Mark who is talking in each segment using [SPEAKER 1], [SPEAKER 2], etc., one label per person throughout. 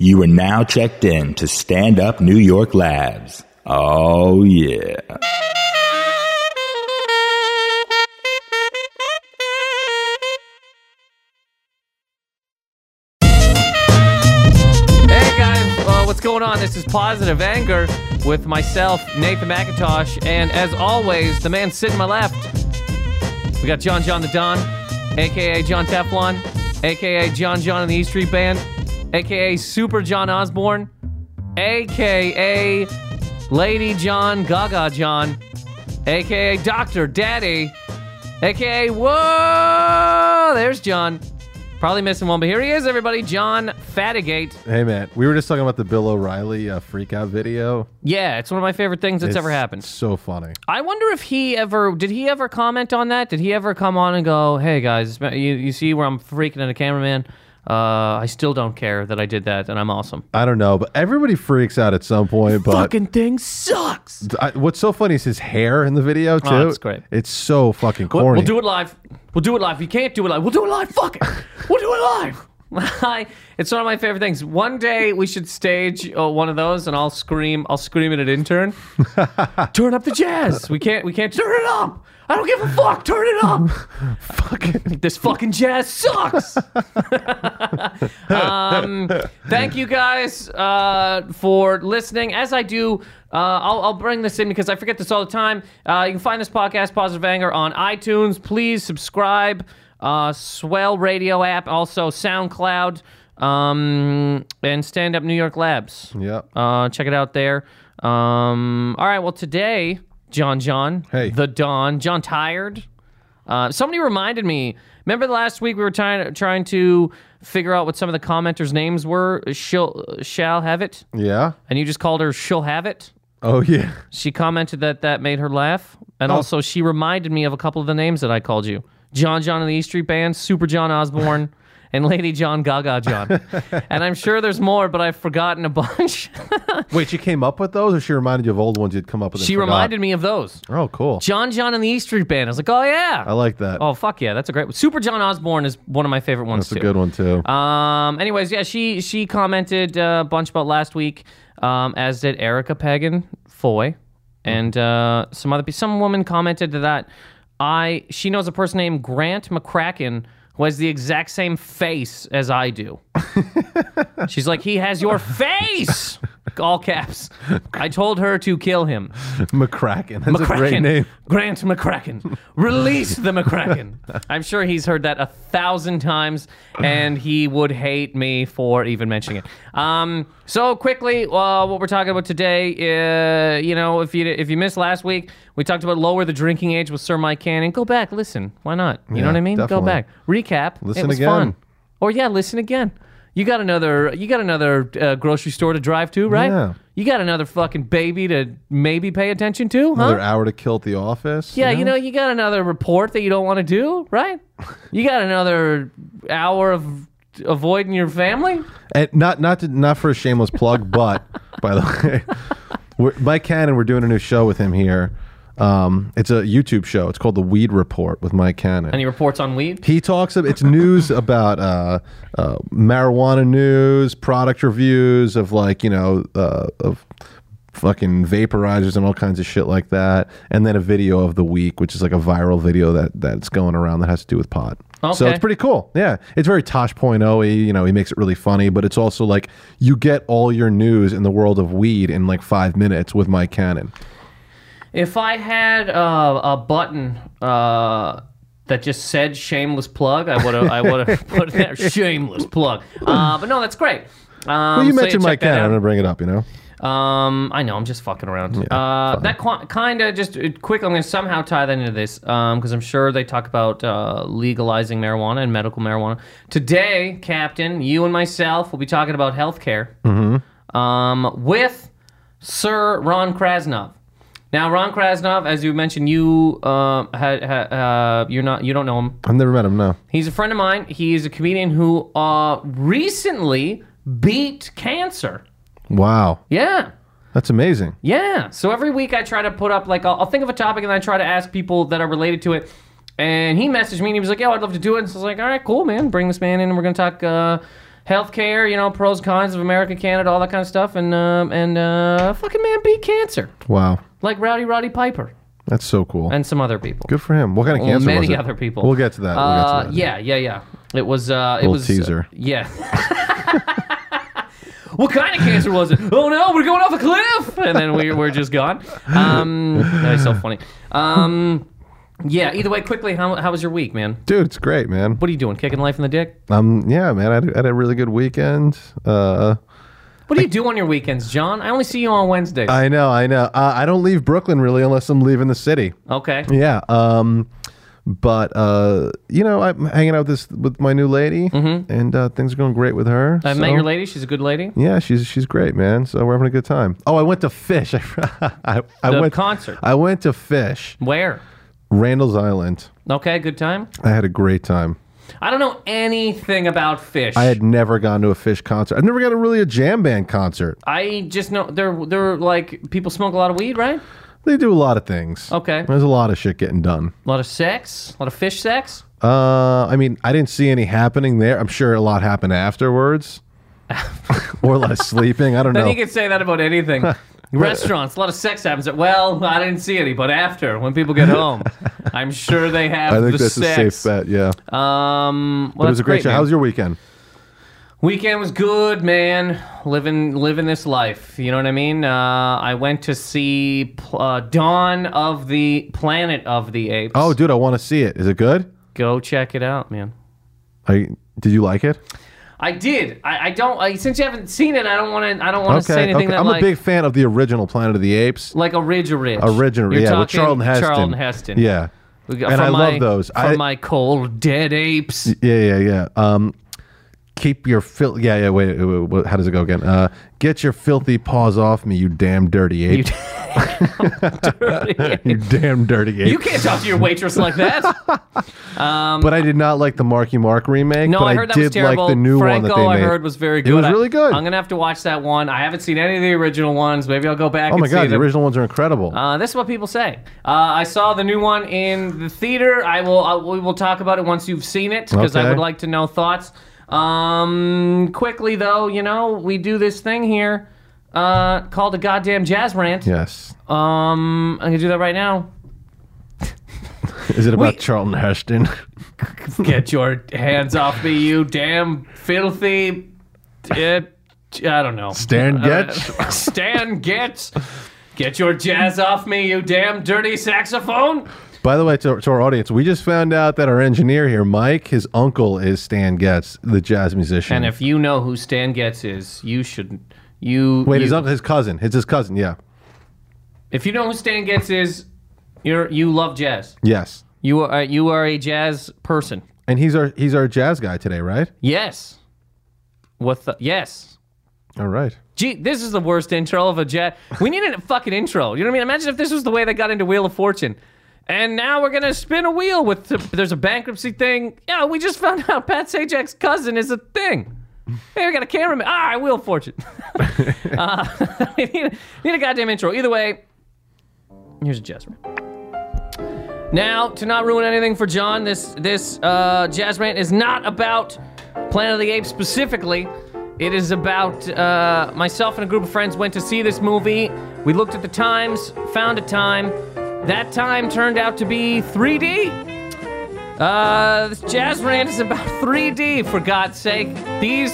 [SPEAKER 1] You are now checked in to Stand Up New York Labs. Oh, yeah.
[SPEAKER 2] Hey guys, uh, what's going on? This is Positive Anger with myself, Nathan McIntosh, and as always, the man sitting to my left. We got John John the Don, aka John Teflon, aka John John and the E Street Band, aka Super John Osborne, aka Lady John Gaga John, aka Doctor Daddy, aka Whoa! There's John. Probably missing one, but here he is, everybody. John Fatigate.
[SPEAKER 3] Hey man, we were just talking about the Bill O'Reilly uh, freakout video.
[SPEAKER 2] Yeah, it's one of my favorite things that's ever happened.
[SPEAKER 3] So funny.
[SPEAKER 2] I wonder if he ever did he ever comment on that? Did he ever come on and go, "Hey guys, you, you see where I'm freaking at a cameraman? Uh, I still don't care that I did that, and I'm awesome."
[SPEAKER 3] I don't know, but everybody freaks out at some point. But
[SPEAKER 2] Fucking thing sucks.
[SPEAKER 3] I, what's so funny is his hair in the video too.
[SPEAKER 2] Oh, that's great.
[SPEAKER 3] It's so fucking
[SPEAKER 2] We'll,
[SPEAKER 3] corny.
[SPEAKER 2] we'll do it live. We'll do it live. If you can't do it live, we'll do it live. Fuck it. We'll do it live. I, it's one of my favorite things. One day we should stage uh, one of those, and I'll scream. I'll scream at an intern. turn up the jazz. We can't. We can't turn it up. I don't give a fuck. Turn it up.
[SPEAKER 3] Fucking-
[SPEAKER 2] this fucking jazz sucks. um, thank you guys uh, for listening. As I do, uh, I'll, I'll bring this in because I forget this all the time. Uh, you can find this podcast, Positive Anger, on iTunes. Please subscribe. Uh, Swell Radio app, also SoundCloud, um, and Stand Up New York Labs.
[SPEAKER 3] yeah.
[SPEAKER 2] Uh, check it out there. Um, all right. Well, today, John, John,
[SPEAKER 3] Hey.
[SPEAKER 2] the Don, John tired. Uh, somebody reminded me. Remember the last week we were trying trying to figure out what some of the commenters' names were. She'll shall have it,
[SPEAKER 3] yeah.
[SPEAKER 2] and you just called her. She'll have it.
[SPEAKER 3] Oh yeah.
[SPEAKER 2] She commented that that made her laugh, and also she reminded me of a couple of the names that I called you: John John and the E Street Band, Super John Osborne, and Lady John Gaga John. and I'm sure there's more, but I've forgotten a bunch.
[SPEAKER 3] Wait, she came up with those, or she reminded you of old ones you'd come up with? and
[SPEAKER 2] She
[SPEAKER 3] forgot?
[SPEAKER 2] reminded me of those.
[SPEAKER 3] Oh, cool.
[SPEAKER 2] John John and the E Street Band. I was like, oh yeah.
[SPEAKER 3] I like that.
[SPEAKER 2] oh fuck yeah, that's a great. Super John Osborne is one of my favorite ones
[SPEAKER 3] that's a
[SPEAKER 2] too.
[SPEAKER 3] good one too.
[SPEAKER 2] Um. Anyways, yeah, she she commented uh, a bunch about last week, um, as did Erica Pagan Foy, and uh, some other people. Some woman commented that I she knows a person named Grant McCracken who has the exact same face as I do. She's like, he has your face. All caps. I told her to kill him.
[SPEAKER 3] McCracken. That's
[SPEAKER 2] McCracken.
[SPEAKER 3] a great name.
[SPEAKER 2] Grant McCracken. Release the McCracken. I'm sure he's heard that a thousand times, and he would hate me for even mentioning it. Um, so quickly, uh, what we're talking about today, uh, you know, if you if you missed last week, we talked about lower the drinking age with Sir Mike Cannon. Go back, listen. Why not? You know
[SPEAKER 3] Yeah,
[SPEAKER 2] what I mean? Go
[SPEAKER 3] definitely.
[SPEAKER 2] back. Recap. it
[SPEAKER 3] Listen
[SPEAKER 2] was
[SPEAKER 3] again.
[SPEAKER 2] Fun. Or yeah, listen again. You got another. You got another uh, grocery store to drive to, right?
[SPEAKER 3] Yeah.
[SPEAKER 2] You got another fucking baby to maybe pay attention to, huh?
[SPEAKER 3] Another hour to kill at the office.
[SPEAKER 2] Yeah, you know, you got another report that you don't want to do, right? You got another hour of avoiding your family.
[SPEAKER 3] And not not to, not for a shameless plug, but by the way, we're, Mike Cannon, we're doing a new show with him here. Um, it's a YouTube show. It's called The Weed Report with Mike Cannon.
[SPEAKER 2] Any reports on weed?
[SPEAKER 3] he talks about it's news about uh, uh, marijuana news, product reviews of like you know uh, of fucking vaporizers and all kinds of shit like that, and then a video of the week, which is like a viral video that that's going around that has to do with pot. So
[SPEAKER 2] Okay.
[SPEAKER 3] it's pretty cool. Yeah, it's very Tosh point oh. You know, he makes it really funny, but it's also like you get all your news in the world of weed in like five minutes with Mike Cannon.
[SPEAKER 2] If I had uh, a button uh, that just said "shameless plug," I would have. I would have put that shameless plug. Uh, but no, that's great. Um,
[SPEAKER 3] Well, you
[SPEAKER 2] so yeah,
[SPEAKER 3] mentioned
[SPEAKER 2] check
[SPEAKER 3] Mike
[SPEAKER 2] that
[SPEAKER 3] Cannon.
[SPEAKER 2] out.
[SPEAKER 3] I'm gonna bring it up. You know,
[SPEAKER 2] Um, I know I'm just fucking around. uh, that qu- kind of just uh, quick. I'm gonna somehow tie that into this because I'm sure they talk about uh, legalizing marijuana and medical marijuana today. Captain, you and myself will be talking about healthcare um, with Sir Ron Krasnov. Now, Ron Krasnov, as you mentioned, you uh, had, ha, uh, you're not you don't know him.
[SPEAKER 3] I've never met him. No.
[SPEAKER 2] He's a friend of mine. He's a comedian who uh, recently beat cancer.
[SPEAKER 3] Wow,
[SPEAKER 2] Yeah.
[SPEAKER 3] that's amazing.
[SPEAKER 2] Yeah. So every week I try to put up like I'll, I'll think of a topic and I try to ask people that are related to it. And he messaged me and he was like, "Yo, I'd love to do it." And so I was like, "All right, cool, man. Bring this man in and we're gonna talk uh, healthcare, you know, pros, cons of America, Canada, all that kind of stuff, and um, and uh, fucking man beat cancer
[SPEAKER 3] Wow.
[SPEAKER 2] like Rowdy Roddy Piper
[SPEAKER 3] That's so cool.
[SPEAKER 2] and some other people.
[SPEAKER 3] Good for him. What kind of
[SPEAKER 2] Well,
[SPEAKER 3] cancer
[SPEAKER 2] many
[SPEAKER 3] was it?
[SPEAKER 2] other people.
[SPEAKER 3] We'll get to that. We'll
[SPEAKER 2] Uh,
[SPEAKER 3] get to that.
[SPEAKER 2] yeah, yeah, yeah. It was. Uh, it
[SPEAKER 3] Little
[SPEAKER 2] was
[SPEAKER 3] teaser.
[SPEAKER 2] uh, yeah. what kind of cancer was it? Oh no, we're going off a cliff, and then we we're just gone. Um, that is so funny. Um, yeah. Either way, quickly, how how was your week, man?
[SPEAKER 3] Dude, it's great, man.
[SPEAKER 2] What are you doing? Kicking life in the dick?
[SPEAKER 3] Um, yeah, man. I had, I had a really good weekend. Uh,
[SPEAKER 2] What do you do on your weekends, John? I only see you on Wednesdays.
[SPEAKER 3] I know, I know. Uh, I don't leave Brooklyn really unless I'm leaving the city.
[SPEAKER 2] okay.
[SPEAKER 3] Yeah. Um, but uh, you know, I'm hanging out with this with my new lady, and uh, things are going great with her.
[SPEAKER 2] Mm-hmm. I met
[SPEAKER 3] so-
[SPEAKER 2] your lady. She's a good lady.
[SPEAKER 3] Yeah, she's she's great, man. So we're having a good time. Oh, I went to Fish. I, I,
[SPEAKER 2] The
[SPEAKER 3] went
[SPEAKER 2] concert.
[SPEAKER 3] I went to Fish,
[SPEAKER 2] Where?
[SPEAKER 3] Randall's Island.
[SPEAKER 2] Okay. Good time.
[SPEAKER 3] I had a great time.
[SPEAKER 2] I don't know anything about fish.
[SPEAKER 3] I had never gone to a Fish concert. I've never gone to really a jam band concert.
[SPEAKER 2] I just know they're they're like people smoke a lot of weed, right?
[SPEAKER 3] They do a lot of things.
[SPEAKER 2] Okay.
[SPEAKER 3] There's a lot of shit getting done.
[SPEAKER 2] A lot of sex, a lot of fish sex.
[SPEAKER 3] Uh, I mean, I didn't see any happening there. I'm sure a lot happened afterwards, or a lot of sleeping. I don't
[SPEAKER 2] Then
[SPEAKER 3] know.
[SPEAKER 2] you can say that about anything. Restaurants, a lot of sex happens. At, well, I didn't see any, but after when people get home, I'm sure they have.
[SPEAKER 3] I
[SPEAKER 2] the
[SPEAKER 3] think that's
[SPEAKER 2] sex.
[SPEAKER 3] a safe bet. Yeah,
[SPEAKER 2] Um, well,
[SPEAKER 3] it
[SPEAKER 2] that's
[SPEAKER 3] was a great show.
[SPEAKER 2] man.
[SPEAKER 3] How was your weekend?
[SPEAKER 2] Weekend was good, man. Living living this life, you know what I mean. Uh, I went to see pl- uh, Dawn of the Planet of the Apes.
[SPEAKER 3] Oh, dude, I want to see it. Is it good?
[SPEAKER 2] go check it out, man.
[SPEAKER 3] I did you like it?
[SPEAKER 2] I did. I, I don't. I, since you haven't seen it, I don't want to. I don't want to say anything that
[SPEAKER 3] I'm
[SPEAKER 2] like
[SPEAKER 3] a big fan of the original Planet of the Apes.
[SPEAKER 2] like a ridge of ridge.
[SPEAKER 3] Original,
[SPEAKER 2] You're
[SPEAKER 3] yeah, with
[SPEAKER 2] talking
[SPEAKER 3] Charlton Heston.
[SPEAKER 2] Charlton Heston.
[SPEAKER 3] Yeah,
[SPEAKER 2] We
[SPEAKER 3] and
[SPEAKER 2] got-
[SPEAKER 3] I
[SPEAKER 2] from my-
[SPEAKER 3] love those.
[SPEAKER 2] From
[SPEAKER 3] I,
[SPEAKER 2] my cold dead apes.
[SPEAKER 3] yeah, yeah, yeah. Um, keep your filth. Yeah, yeah. Wait, wait, wait, wait, how does it go again? Uh, get your filthy paws off me, you damn dirty ape. You, damn dirty ape.
[SPEAKER 2] you can't talk to your waitress like that.
[SPEAKER 3] but I did not like the Marky Mark remake.
[SPEAKER 2] um, No,
[SPEAKER 3] but
[SPEAKER 2] I heard that
[SPEAKER 3] did
[SPEAKER 2] was terrible.
[SPEAKER 3] like the new
[SPEAKER 2] Franco,
[SPEAKER 3] one that they
[SPEAKER 2] I
[SPEAKER 3] made.
[SPEAKER 2] heard was very good.
[SPEAKER 3] It was
[SPEAKER 2] I-
[SPEAKER 3] really good.
[SPEAKER 2] I'm gonna have to watch that one. I haven't seen any of the original ones. Maybe I'll go back.
[SPEAKER 3] oh my
[SPEAKER 2] and see
[SPEAKER 3] god, the
[SPEAKER 2] them.
[SPEAKER 3] original ones are incredible.
[SPEAKER 2] Uh, this is what people say. Uh, I saw the new one in the theater. I will. I, we will talk about it once you've seen it because I
[SPEAKER 3] Okay.
[SPEAKER 2] would like to know thoughts. Um, quickly though, you know, we do this thing here uh, called a goddamn jazz rant.
[SPEAKER 3] yes.
[SPEAKER 2] Um, I'm gonna do that right now.
[SPEAKER 3] Is it about
[SPEAKER 2] we-
[SPEAKER 3] Charlton Heston?
[SPEAKER 2] Get your hands off me, you damn filthy. Uh, I don't know.
[SPEAKER 3] Stan Getz?
[SPEAKER 2] Uh, Stan Getz. Get your jazz off me, you damn dirty saxophone.
[SPEAKER 3] By the way, to, to our audience, we just found out that our engineer here, Mike, his uncle is Stan Getz, the jazz musician.
[SPEAKER 2] And if you know who Stan Getz is, you should you
[SPEAKER 3] Wait,
[SPEAKER 2] you,
[SPEAKER 3] his uncle, his cousin, it's his cousin. Yeah.
[SPEAKER 2] if you know who Stan Getz is, you're you love jazz.
[SPEAKER 3] Yes.
[SPEAKER 2] You are you are a jazz person.
[SPEAKER 3] And he's our he's our jazz guy today, right?
[SPEAKER 2] Yes. What the yes.
[SPEAKER 3] All right.
[SPEAKER 2] Gee, this is the worst intro of a jet. We needed a fucking intro. You know what I mean? Imagine if this was the way they got into Wheel of Fortune. And now we're gonna spin a wheel with the, there's a bankruptcy thing. Yeah, we just found out Pat Sajak's cousin is a thing. Hey, we got a cameraman. All right, Wheel of Fortune. uh, we need, need a goddamn intro. Either way, here's a jazz rant. Now, to not ruin anything for John, this this uh, jazz rant is not about Planet of the Apes specifically. It is about uh, myself and a group of friends went to see this movie. We looked at the times, found a time. That time turned out to be 3D. Uh, this jazz rant is about 3D. For God's sake, these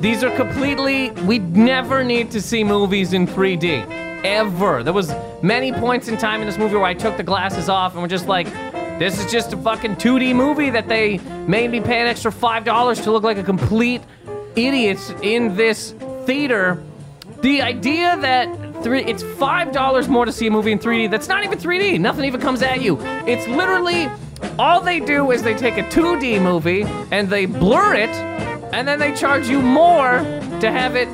[SPEAKER 2] these are completely. We never need to see movies in 3D. Ever. There was many points in time in this movie where I took the glasses off and we're just like, this is just a fucking 2D movie that they made me pay an extra five dollars to look like a complete idiot in this theater. The idea that three it's five dollars more to see a movie in 3D, that's not even 3D. Nothing even comes at you. It's literally all they do is they take a 2D movie and they blur it and then they charge you more to have it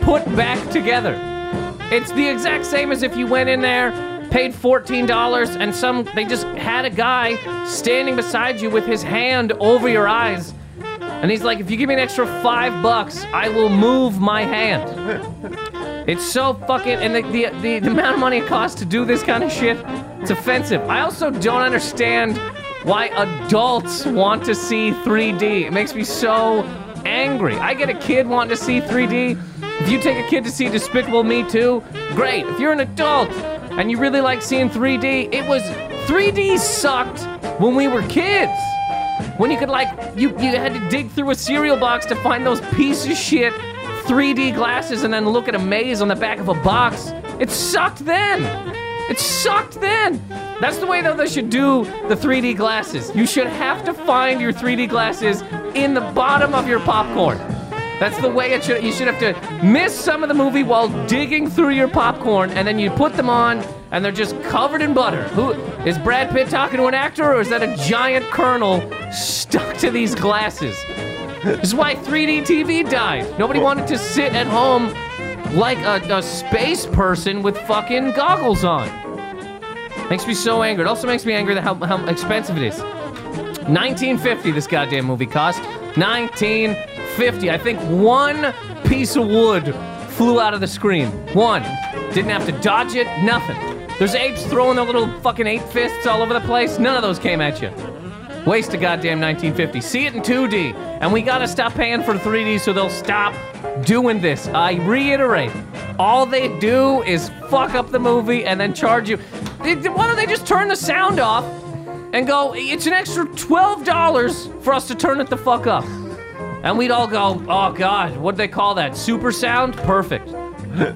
[SPEAKER 2] put back together. It's the exact same as if you went in there, paid $14, and some they just had a guy standing beside you with his hand over your eyes. And he's like, if you give me an extra five bucks, I will move my hand. It's so fucking and the, the the the amount of money it costs to do this kind of shit, it's offensive. I also don't understand why adults want to see 3D. It makes me so angry. I get a kid wanting to see 3D. If you take a kid to see Despicable Me 2, great. If you're an adult and you really like seeing 3D, it was 3D sucked when we were kids. When you could like you you had to dig through a cereal box to find those piece of shit 3D glasses and then look at a maze on the back of a box. It sucked then. It sucked then. That's the way though they should do the 3D glasses. You should have to find your 3D glasses in the bottom of your popcorn. That's the way it should. You should have to miss some of the movie while digging through your popcorn, and then you put them on, and they're just covered in butter. Who is Brad Pitt talking to an actor, or is that a giant kernel stuck to these glasses? This is why 3D TV died. Nobody wanted to sit at home like a, a space person with fucking goggles on. Makes me so angry. It also makes me angry that how, how expensive it is. 1950 this goddamn movie cost. 1950. I think one piece of wood flew out of the screen. One. Didn't have to dodge it, nothing. There's apes throwing their little fucking ape fists all over the place. None of those came at you. Waste of goddamn 1950. See it in 2D. And we gotta stop paying for 3D so they'll stop doing this. I reiterate, all they do is fuck up the movie and then charge you. They- they- Why don't they just turn the sound off and go, it's an extra $12 for us to turn it the fuck up? And we'd all go, oh god, what'd they call that? Super sound? Perfect.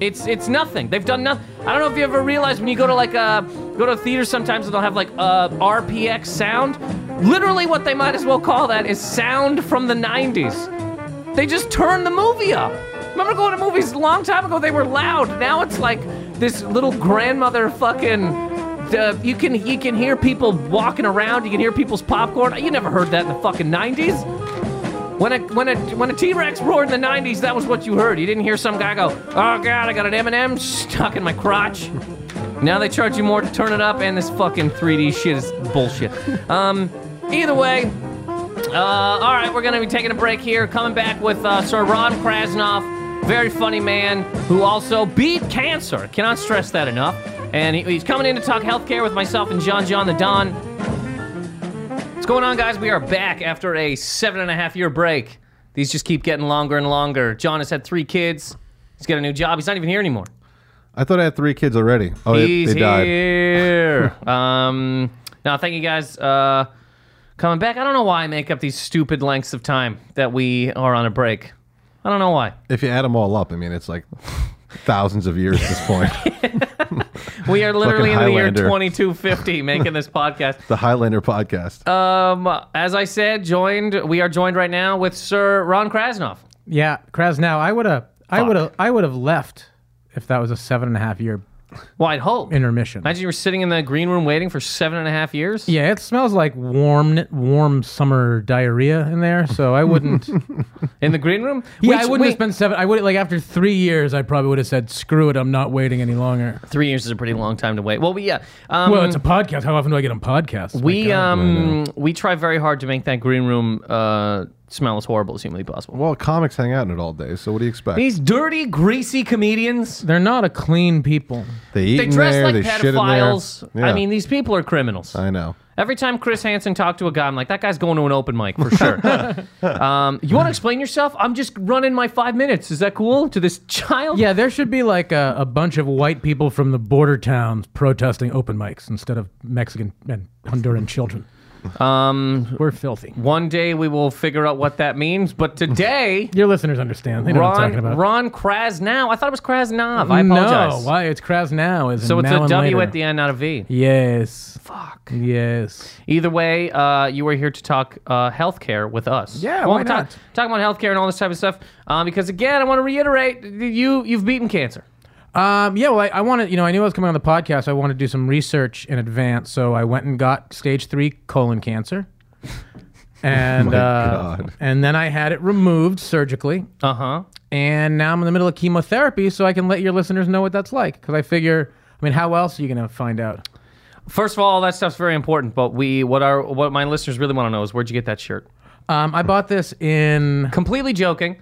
[SPEAKER 2] It's it's nothing. They've done nothing. I don't know if you ever realized when you go to like a go to a theater sometimes and they'll have like a RPX sound. Literally, what they might as well call that is sound from the '90s. They just turned the movie up. Remember going to movies a long time ago? They were loud. Now it's like this little grandmother fucking. Uh, you can you can hear people walking around. You can hear people's popcorn. You never heard that in the fucking '90s. When a when a when a T-Rex roared in the '90s, that was what you heard. You didn't hear some guy go, "Oh God, I got an M&M stuck in my crotch." Now they charge you more to turn it up, and this fucking 3D shit is bullshit. Um, either way, uh, all right, we're gonna be taking a break here. Coming back with uh, Sir Ron Krasnoff, very funny man who also beat cancer. Cannot stress that enough. And he, he's coming in to talk healthcare with myself and John John the Don. What's going on, guys? We are back after a seven and a half year break. These just keep getting longer and longer. John has had three kids. He's got a new job. He's not even here anymore.
[SPEAKER 3] I thought I had three kids already. Oh, they-
[SPEAKER 2] He's
[SPEAKER 3] they died.
[SPEAKER 2] here. um, now, thank you guys uh, coming back. I don't know why I make up these stupid lengths of time that we are on a break. I don't know why.
[SPEAKER 3] If you add them all up, I mean, it's like thousands of years at this point.
[SPEAKER 2] We are literally in the year
[SPEAKER 3] Highlander.
[SPEAKER 2] 2250 making this podcast.
[SPEAKER 3] the Highlander podcast.
[SPEAKER 2] Um, as I said, joined. We are joined right now with Sir Ron Krasnoff.
[SPEAKER 4] Yeah, Kraz. Now I would have, I would have, I would have left if that was a seven and a half year
[SPEAKER 2] Well, I'd hope.
[SPEAKER 4] intermission.
[SPEAKER 2] Imagine you were sitting in the green room waiting for seven and a half years.
[SPEAKER 4] yeah, it smells like warm, warm summer diarrhea in there. So I wouldn't.
[SPEAKER 2] In the green room?
[SPEAKER 4] yeah, I
[SPEAKER 2] Which-
[SPEAKER 4] wouldn't
[SPEAKER 2] wait,
[SPEAKER 4] have spent seven. I would like after three years, I probably would have said, "Screw it, I'm not waiting any longer."
[SPEAKER 2] Three years is a pretty long time to wait. Well, we, yeah. Um,
[SPEAKER 4] well, it's a podcast. How often do I get on podcasts? My
[SPEAKER 2] we
[SPEAKER 4] God.
[SPEAKER 2] um we try very hard to make that green room uh, smell as horrible as humanly possible.
[SPEAKER 3] well, comics hang out in it all day, so what do you expect?
[SPEAKER 2] These dirty, greasy comedians.
[SPEAKER 4] they're not a clean people.
[SPEAKER 3] They eat
[SPEAKER 2] They
[SPEAKER 3] in
[SPEAKER 2] dress
[SPEAKER 3] there,
[SPEAKER 2] like
[SPEAKER 3] they shit in there.
[SPEAKER 2] pedophiles.
[SPEAKER 3] Yeah,
[SPEAKER 2] I mean, these people are criminals.
[SPEAKER 3] I know.
[SPEAKER 2] Every time Chris Hansen talked to a guy, I'm like, that guy's going to an open mic for sure. um, you want to explain yourself? I'm just running my five minutes. Is that cool to this child?
[SPEAKER 4] Yeah, there should be like a, a bunch of white people from the border towns protesting open mics instead of Mexican and Honduran children. Um, we're filthy.
[SPEAKER 2] One day we will figure out what that means. But today,
[SPEAKER 4] Your listeners understand. They know what I'm talking
[SPEAKER 2] Ron
[SPEAKER 4] about.
[SPEAKER 2] Ron Krasnow. I thought it was Krasnov. I apologize.
[SPEAKER 4] No, why? It's Kraz now. Is
[SPEAKER 2] So it's
[SPEAKER 4] now
[SPEAKER 2] a
[SPEAKER 4] and
[SPEAKER 2] W
[SPEAKER 4] later.
[SPEAKER 2] at the end, not a V.
[SPEAKER 4] Yes. Fuck. Yes.
[SPEAKER 2] Either way, uh, you are here to talk uh, healthcare with us.
[SPEAKER 4] Yeah,
[SPEAKER 2] Well,
[SPEAKER 4] why
[SPEAKER 2] we're talk-
[SPEAKER 4] not?
[SPEAKER 2] Talking about healthcare and all this type of stuff, um, because again, I want to reiterate, you you've beaten cancer.
[SPEAKER 4] Um, yeah, well, I, I wanted, you know, I knew I was coming on the podcast. I wanted to do some research in advance. So I went and got stage three colon cancer. And,
[SPEAKER 3] My
[SPEAKER 4] uh,
[SPEAKER 3] God.
[SPEAKER 4] and then I had it removed surgically.
[SPEAKER 2] Uh
[SPEAKER 4] Uh-huh.
[SPEAKER 2] huh.
[SPEAKER 4] And now I'm in the middle of chemotherapy. So I can let your listeners know what that's like. Because I figure, I mean, how else are you going to find out?
[SPEAKER 2] First of all, all that stuff's very important. But we, what our what my listeners really want to know is where'd you get that shirt?
[SPEAKER 4] Um, I bought this in.
[SPEAKER 2] Completely joking.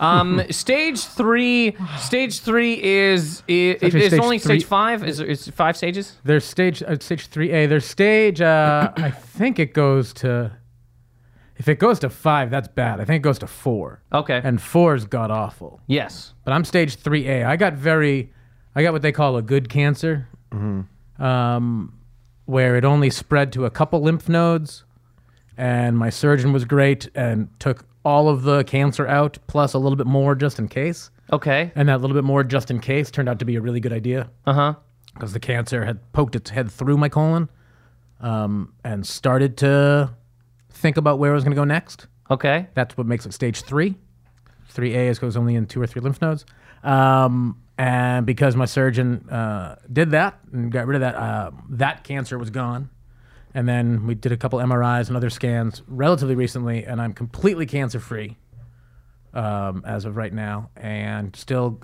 [SPEAKER 2] Um, stage three, stage three is it,
[SPEAKER 4] actually
[SPEAKER 2] it's
[SPEAKER 4] stage
[SPEAKER 2] only stage
[SPEAKER 4] three-
[SPEAKER 2] five. Is it's five stages?
[SPEAKER 4] Their stage, uh, stage three A. Their stage, uh, I think it goes to. If it goes to five, that's bad. I think it goes to four.
[SPEAKER 2] Okay.
[SPEAKER 4] And four's god awful.
[SPEAKER 2] yes.
[SPEAKER 4] But I'm stage three A. I got very, I got what they call a good cancer, um, where it only spread to a couple lymph nodes, and my surgeon was great and took all of the cancer out plus a little bit more just in case.
[SPEAKER 2] Okay.
[SPEAKER 4] And that little bit more just in case turned out to be a really good idea
[SPEAKER 2] Uh huh.
[SPEAKER 4] because the cancer had poked its head through my colon um, and started to think about where it was going to go next.
[SPEAKER 2] Okay.
[SPEAKER 4] That's what makes it stage three. Three A is goes only in two or three lymph nodes. Um, and because my surgeon uh, did that and got rid of that, uh, that cancer was gone. And then we did a couple MRIs and other scans relatively recently, and I'm completely cancer free um, as of right now, and still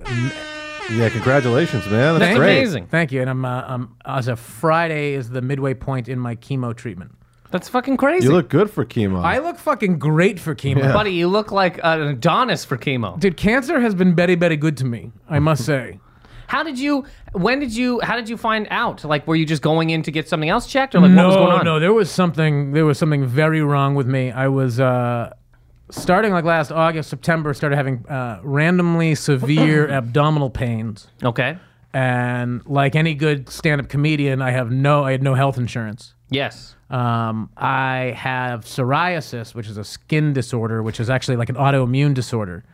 [SPEAKER 3] Yeah, congratulations, man. That's,
[SPEAKER 4] Thank-
[SPEAKER 3] great.
[SPEAKER 2] amazing.
[SPEAKER 4] Thank you. And I'm, uh, I'm as of Friday is the midway point in my chemo treatment.
[SPEAKER 2] That's fucking crazy.
[SPEAKER 3] You look good for chemo.
[SPEAKER 4] I look fucking great for chemo.
[SPEAKER 2] Buddy, you look like an Adonis for chemo.
[SPEAKER 4] Dude, cancer has been very, very good to me, I must say.
[SPEAKER 2] How did you? When did you? How did you find out? Like, were you just going in to get something else checked, or like what was going on?
[SPEAKER 4] no, there was something. There was something very wrong with me. I was uh, starting like last August, September. Started having uh, randomly severe abdominal pains,
[SPEAKER 2] Okay.
[SPEAKER 4] and like any good stand-up comedian, I have no. I had no health insurance.
[SPEAKER 2] Yes.
[SPEAKER 4] Um, I have psoriasis, which is a skin disorder, which is actually like an autoimmune disorder.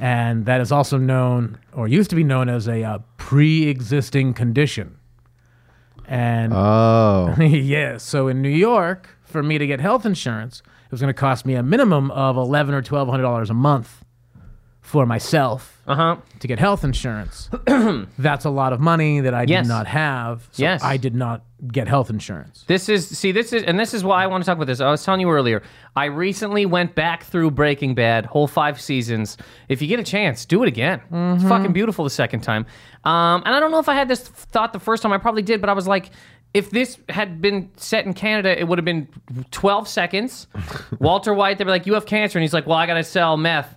[SPEAKER 4] And that is also known, or used to be known as a uh, pre existing condition. And
[SPEAKER 3] oh,
[SPEAKER 4] yeah. So in New York, for me to get health insurance, it was going to cost me a minimum of eleven or twelve hundred dollars a month for myself
[SPEAKER 2] Uh huh.
[SPEAKER 4] to get health insurance. That's a lot of money that I
[SPEAKER 2] Yes.
[SPEAKER 4] did not have. So
[SPEAKER 2] Yes.
[SPEAKER 4] I did not get health insurance.
[SPEAKER 2] This is see this is and this is why I want to talk about this. I was telling you earlier. I recently went back through Breaking Bad, whole five seasons. If you get a chance, do it again. It's fucking beautiful the second time. Um, and I don't know if I had this thought the first time. I probably did, but I was like, if this had been set in Canada, it would have been twelve seconds. Walter White, they'd be like, "You have cancer," and he's like, "Well, I gotta sell meth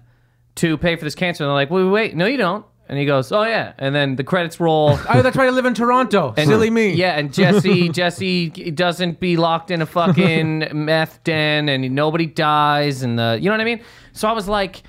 [SPEAKER 2] to pay for this cancer." And they're like, "Wait, wait, wait. no, you don't." And he goes, "Oh yeah," and then the credits roll.
[SPEAKER 4] Oh, that's right. I live in Toronto.
[SPEAKER 2] Hmm.
[SPEAKER 4] Silly me.
[SPEAKER 2] Yeah, and Jesse Jesse doesn't be locked in a fucking meth den, and nobody dies, and the you know what I mean. So I was like,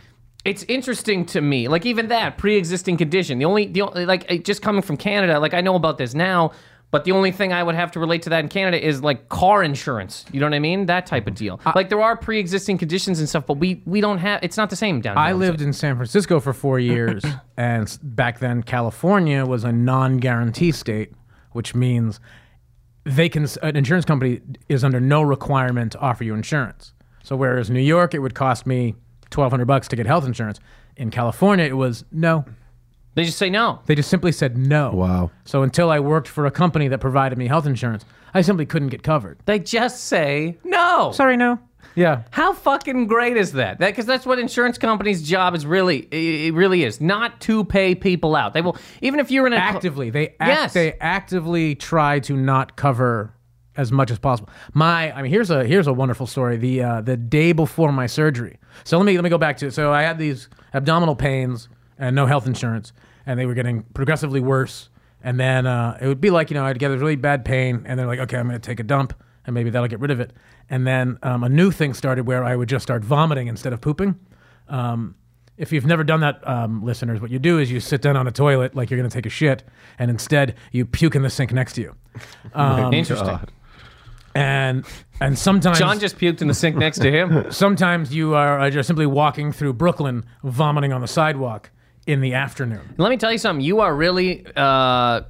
[SPEAKER 2] it's interesting to me, like even that pre-existing condition. The only the only, like it- just coming from Canada, like I know about this now. But the only thing I would have to relate to that in Canada is like car insurance. You know what I mean? That type of deal. like there are pre-existing conditions and stuff, but we we don't have. It's not the same down here.
[SPEAKER 4] I lived in San Francisco for four years, and s- back then California was a non-guarantee state, which means they can s- an insurance company is under no requirement to offer you insurance. So whereas New York, it would cost me twelve hundred bucks to get health insurance. In California, it was no.
[SPEAKER 2] They just say no.
[SPEAKER 4] They just simply said no.
[SPEAKER 3] Wow.
[SPEAKER 4] So until I worked for a company that provided me health insurance, I simply couldn't get covered.
[SPEAKER 2] They just say no.
[SPEAKER 4] Sorry, no. Yeah.
[SPEAKER 2] How fucking great is that? That because that's what insurance companies' job is really. It, it really is not to pay people out. They will even if you're in a
[SPEAKER 4] actively they act,
[SPEAKER 2] Yes.
[SPEAKER 4] they actively try to not cover as much as possible. My I mean here's a here's a wonderful story. The uh, the day before my surgery. So let me let me go back to so I had these abdominal pains and no health insurance and they were getting progressively worse and then uh, it would be like you know I'd get a really bad pain and they're like okay I'm going to take a dump and maybe that'll get rid of it. And then um, a new thing started where I would just start vomiting instead of pooping. Um, if you've never done that, um, listeners, what you do is you sit down on a toilet like you're going to take a shit, and instead you puke in the sink next to you.
[SPEAKER 2] interesting.
[SPEAKER 4] And and sometimes
[SPEAKER 2] John just puked in the sink next to him.
[SPEAKER 4] sometimes you are uh, just simply walking through Brooklyn, vomiting on the sidewalk in the afternoon.
[SPEAKER 2] Let me tell you something. You are really uh,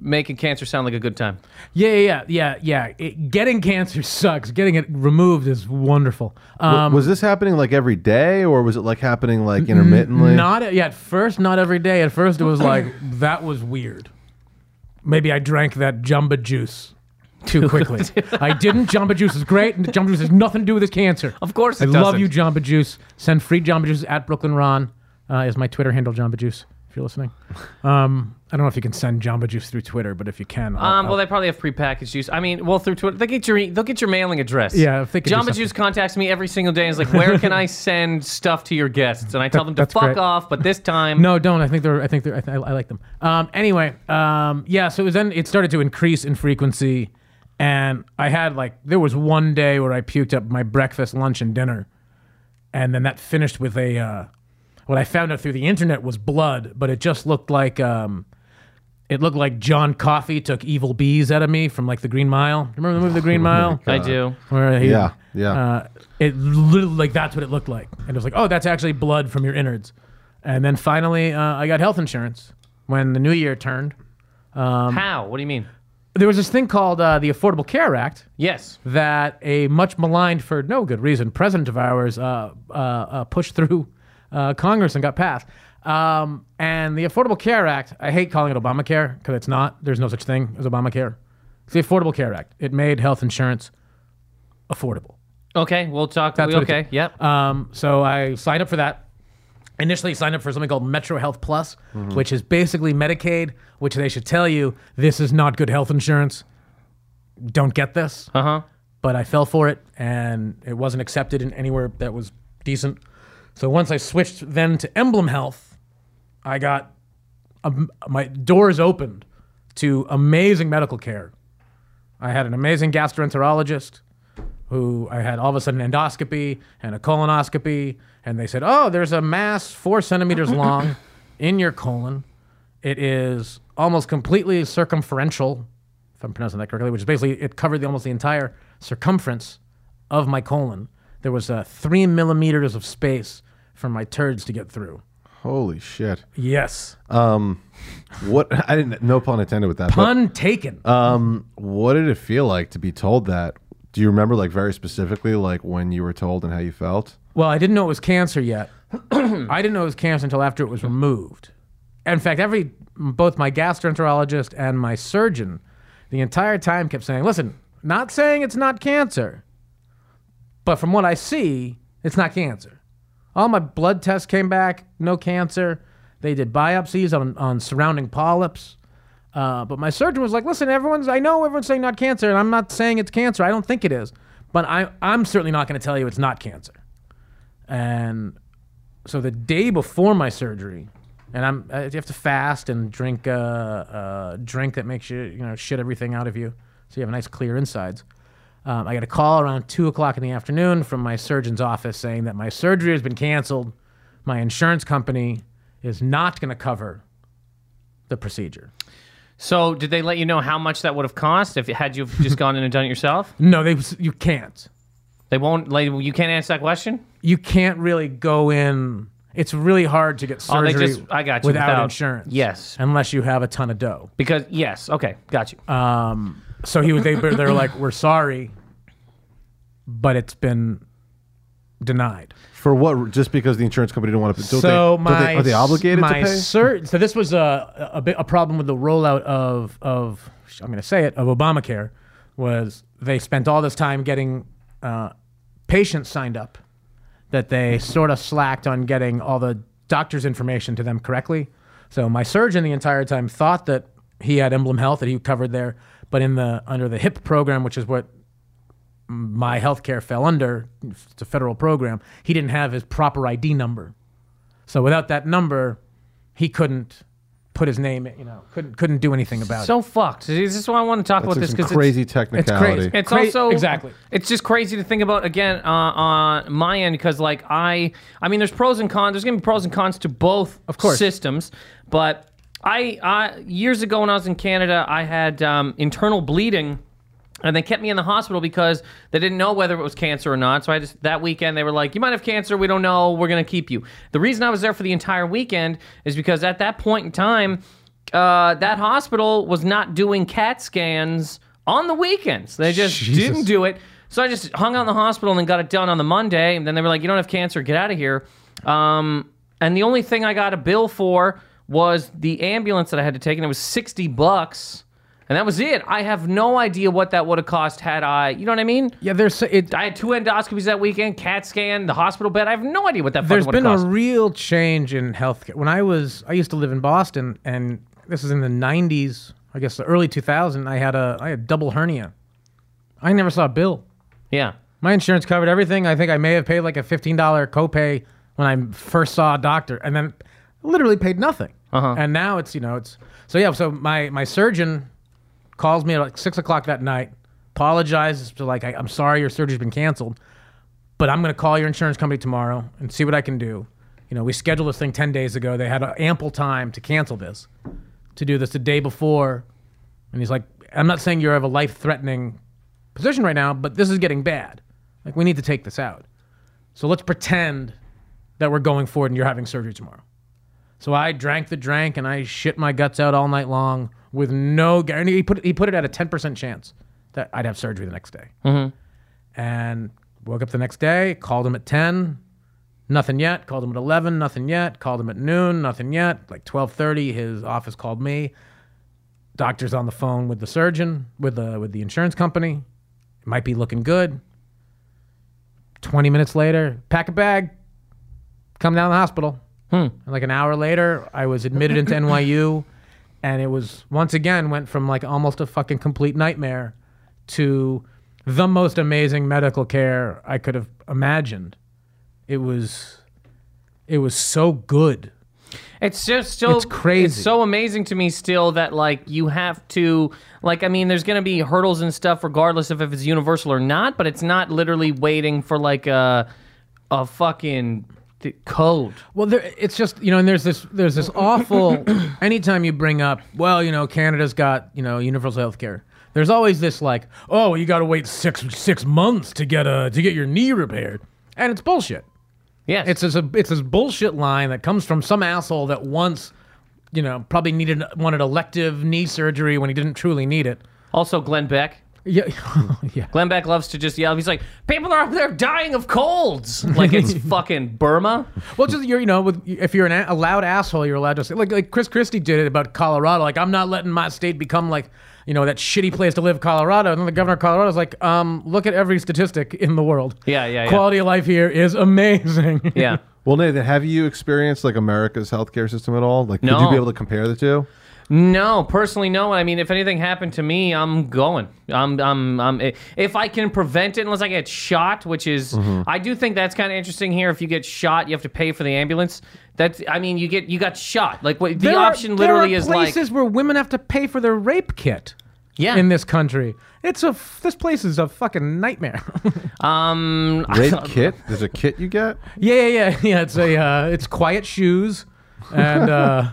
[SPEAKER 2] making cancer sound like a good time.
[SPEAKER 4] Yeah, yeah, yeah, yeah. yeah. It- getting cancer sucks. Getting it removed is wonderful. Um,
[SPEAKER 3] was this happening like every day, or was it like happening like intermittently?
[SPEAKER 4] Not yeah, at first, not every day. At first, it was like that was weird. Maybe I drank that Jamba Juice too quickly. I didn't. Jamba Juice is great, and Jamba Juice has nothing to do with this cancer.
[SPEAKER 2] Of course,
[SPEAKER 4] I
[SPEAKER 2] it
[SPEAKER 4] love
[SPEAKER 2] doesn't.
[SPEAKER 4] you, Jamba Juice. Send free Jamba Juice at Brooklyn Ron uh, is my Twitter handle. Jamba Juice, if you're listening. Um, I don't know if you can send Jamba Juice through Twitter, but if you can, I'll-
[SPEAKER 2] Um,
[SPEAKER 4] I'll-
[SPEAKER 2] well, they probably have prepackaged juice. I mean, well, through Twitter, they get your e- they'll get your mailing address.
[SPEAKER 4] Yeah, if they could do
[SPEAKER 2] Jamba
[SPEAKER 4] something.
[SPEAKER 2] Juice contacts me every single day and is like, "Where can I send stuff to your guests?" And I tell them to
[SPEAKER 4] That's
[SPEAKER 2] fuck
[SPEAKER 4] great.
[SPEAKER 2] off. But this time,
[SPEAKER 4] No, don't. I think they're. I think they're. I, th- I like them. Um. Anyway. Um. Yeah. So it was then it started to increase in frequency, and I had like there was one day where I puked up my breakfast, lunch, and dinner and then that finished with a uh, what I found out through the internet was blood, but it just looked like um, it looked like John Coffey took evil bees out of me from like the Green Mile. Remember the movie The Green Mile?
[SPEAKER 2] I do.
[SPEAKER 4] Where he-
[SPEAKER 3] Yeah, yeah.
[SPEAKER 4] Uh, it literally like that's what it looked like, and it was like, oh, that's actually blood from your innards. And then finally, uh, I got health insurance when the new year turned. Um,
[SPEAKER 2] How? What do you mean?
[SPEAKER 4] There was this thing called uh, the Affordable Care Act
[SPEAKER 2] Yes.
[SPEAKER 4] that a much maligned, for no good reason, president of ours uh, uh, uh, pushed through uh, Congress and got passed. Um, and the Affordable Care Act, I hate calling it Obamacare because it's not. There's no such thing as Obamacare. It's the Affordable Care Act. It made health insurance affordable.
[SPEAKER 2] Okay, we'll talk.
[SPEAKER 4] That's
[SPEAKER 2] we
[SPEAKER 4] what it
[SPEAKER 2] okay.
[SPEAKER 4] did.
[SPEAKER 2] Yep.
[SPEAKER 4] Um, so I signed up for that. Initially signed up for something called Metro Health Plus,
[SPEAKER 2] Mm-hmm.
[SPEAKER 4] which is basically Medicaid, which they should tell you this is not good health insurance. Don't get this.
[SPEAKER 2] Uh huh.
[SPEAKER 4] But I fell for it, and it wasn't accepted in anywhere that was decent. So once I switched then to Emblem Health, I got um, my doors opened to amazing medical care. I had an amazing gastroenterologist who I had all of a sudden endoscopy and a colonoscopy, and they said, "Oh, there's a mass four centimeters long in your colon. It is almost completely circumferential, if I'm pronouncing that correctly, which is basically it covered the, almost the entire circumference of my colon. There was uh, three millimeters of space for my turds to get through.
[SPEAKER 3] Holy shit!
[SPEAKER 4] Yes,
[SPEAKER 3] What I didn't. No pun intended with that. but
[SPEAKER 4] pun taken.
[SPEAKER 3] what did it feel like to be told that? Do you remember like very specifically like when you were told and how you felt?
[SPEAKER 4] Well, I didn't know it was cancer yet. I didn't know it was cancer until after it was removed. In fact, every both my gastroenterologist and my surgeon, the entire time kept saying, "Listen, not saying it's not cancer, but from what I see, it's not cancer." All my blood tests came back no cancer. They did biopsies on on surrounding polyps. Uh, but my surgeon was like, "Listen, everyone's. I know everyone's saying not cancer, and I'm not saying it's cancer. I don't think it is, but I, I'm certainly not going to tell you it's not cancer." and so the day before my surgery, and I'm uh, you have to fast and drink a, a drink that makes you you know shit everything out of you, so you have nice clear insides. Um, I got a call around two o'clock in the afternoon from my surgeon's office saying that my surgery has been canceled. My insurance company is not going to cover the procedure.
[SPEAKER 2] So, did they let you know how much that would have cost if had you just gone in and done it yourself?
[SPEAKER 4] No, they you can't.
[SPEAKER 2] They won't. Like, you can't answer that question.
[SPEAKER 4] You can't really go in. It's really hard to get
[SPEAKER 2] Oh,
[SPEAKER 4] surgery
[SPEAKER 2] they just- I got you,
[SPEAKER 4] without
[SPEAKER 2] without-
[SPEAKER 4] insurance.
[SPEAKER 2] yes.
[SPEAKER 4] unless you have a ton of dough.
[SPEAKER 2] Because yes. Okay, got you.
[SPEAKER 4] Um, so he was they they're like we're sorry, but it's been denied.
[SPEAKER 3] For what? Just because the insurance company didn't want to. Don't
[SPEAKER 4] so
[SPEAKER 3] they,
[SPEAKER 4] my
[SPEAKER 3] don't they- are they obligated
[SPEAKER 4] my
[SPEAKER 3] to pay?
[SPEAKER 4] sur- so this was a a, bit, a problem with the rollout of of I'm going to say it of Obamacare was they spent all this time getting uh, patients signed up that they sort of slacked on getting all the doctor's information to them correctly. So my surgeon the entire time thought that he had Emblem Health that he covered there, but in the under the HIP program, which is what my healthcare fell under, it's a federal program, he didn't have his proper ID number. So without that number, he couldn't put his name, you know, couldn't couldn't do anything about it.
[SPEAKER 2] so fucked. This is why I want to talk about
[SPEAKER 3] That's
[SPEAKER 2] this
[SPEAKER 3] some
[SPEAKER 2] because
[SPEAKER 3] crazy
[SPEAKER 4] It's
[SPEAKER 3] technicality.
[SPEAKER 4] crazy.
[SPEAKER 2] It's
[SPEAKER 4] Cra-
[SPEAKER 2] also
[SPEAKER 4] exactly.
[SPEAKER 2] It's just crazy to think about again uh, on my end because like I, I mean, there's pros and cons. There's gonna be pros and cons to both, of
[SPEAKER 4] course.
[SPEAKER 2] systems. But I, I years ago when I was in Canada, I had um, internal bleeding. And they kept me in the hospital because they didn't know whether it was cancer or not. So I just that weekend they were like, "You might have cancer. We don't know. We're gonna keep you." The reason I was there for the entire weekend is because at that point in time, uh, that hospital was not doing CAT scans on the weekends. They just didn't do it. So I just hung out in the hospital and then got it done on the Monday. And then they were like, "You don't have cancer. Get out of here." Um, and the only thing I got a bill for was the ambulance that I had to take, and it was sixty bucks. And that was it. I have no idea what that would have cost had I, you know what I mean?
[SPEAKER 4] Yeah, there's it.
[SPEAKER 2] I had two endoscopies that weekend, CAT scan, the hospital bed. I have no idea what that fucking
[SPEAKER 4] There's
[SPEAKER 2] would have
[SPEAKER 4] been a
[SPEAKER 2] cost.
[SPEAKER 4] real change in healthcare. When I was, I used to live in Boston, and this is in the '90s, I guess the early 2000s. I had a, I had double hernia. I never saw a bill.
[SPEAKER 2] yeah.
[SPEAKER 4] My insurance covered everything. I think I may have paid like a fifteen dollar copay when I first saw a doctor, and then literally paid nothing. And now it's you know it's so yeah. So my my surgeon calls me at like six o'clock that night, apologizes to like I, I'm sorry your surgery's been canceled, but I'm going to call your insurance company tomorrow and see what I can do. You know, we scheduled this thing 10 days ago. They had uh, ample time to cancel this, to do this the day before. And he's like, I'm not saying you have a life threatening position right now, but this is getting bad. Like, we need to take this out. So let's pretend that we're going forward and you're having surgery tomorrow. So I drank the drink and I shit my guts out all night long with no guarantee. He put, he put it at a 10% chance that I'd have surgery the next day. And woke up the next day, called him at 10, nothing yet. Called him at 11, nothing yet. Called him at noon, nothing yet. Like 12:30, his office called me. Doctor's on the phone with the surgeon, with the with the insurance company. It might be looking good. 20 minutes later, pack a bag, come down to the hospital. And like an hour later, I was admitted into NYU, and it was once again went from like almost a fucking complete nightmare to the most amazing medical care I could have imagined. It was, it was so good.
[SPEAKER 2] It's just still
[SPEAKER 4] It's crazy.
[SPEAKER 2] It's so amazing to me still that like you have to like I mean there's gonna be hurdles and stuff regardless of if it's universal or not, but it's not literally waiting for like a a fucking th- code.
[SPEAKER 4] Well, there, it's just you know, and there's this there's this awful. anytime you bring up, well, you know, Canada's got you know universal health care. There's always this like, oh, you got to wait six six months to get a to get your knee repaired, and it's bullshit.
[SPEAKER 2] Yes,
[SPEAKER 4] It's this it's this bullshit line that comes from some asshole that once, you know, probably needed wanted elective knee surgery when he didn't truly need it.
[SPEAKER 2] also Glenn Beck.
[SPEAKER 4] Yeah, yeah.
[SPEAKER 2] Glenn Beck loves to just yell. He's like, people are up there dying of colds, like it's fucking Burma.
[SPEAKER 4] Well, just you're, you know, with, if you're an a, a loud asshole, you're allowed to say like like Chris Christie did it about Colorado. Like I'm not letting my state become like you know that shitty place to live, Colorado. And then the governor of Colorado is like, um, look at every statistic in the world.
[SPEAKER 2] Yeah, yeah, yeah.
[SPEAKER 4] Quality of life here is amazing.
[SPEAKER 2] Yeah.
[SPEAKER 3] Well, Nathan, have you experienced like America's healthcare system at all? Like, would you
[SPEAKER 2] No.
[SPEAKER 3] be able to compare the two?
[SPEAKER 2] No, personally, no. I mean, if anything happened to me, I'm going. I'm, I'm, I'm. If I can prevent it, unless I get shot, which is, I do think that's kind of interesting here. If you get shot, you have to pay for the ambulance. That's, I mean, you get, you got shot. Like what, the
[SPEAKER 4] There are-
[SPEAKER 2] option literally
[SPEAKER 4] there are
[SPEAKER 2] is like,
[SPEAKER 4] places where women have to pay for their rape kit.
[SPEAKER 2] Yeah.
[SPEAKER 4] in this country, it's a f- this place is a fucking nightmare.
[SPEAKER 2] um,
[SPEAKER 3] Rape kit? There's a kit you get?
[SPEAKER 4] yeah, yeah, yeah, yeah. It's a uh, it's quiet shoes and. uh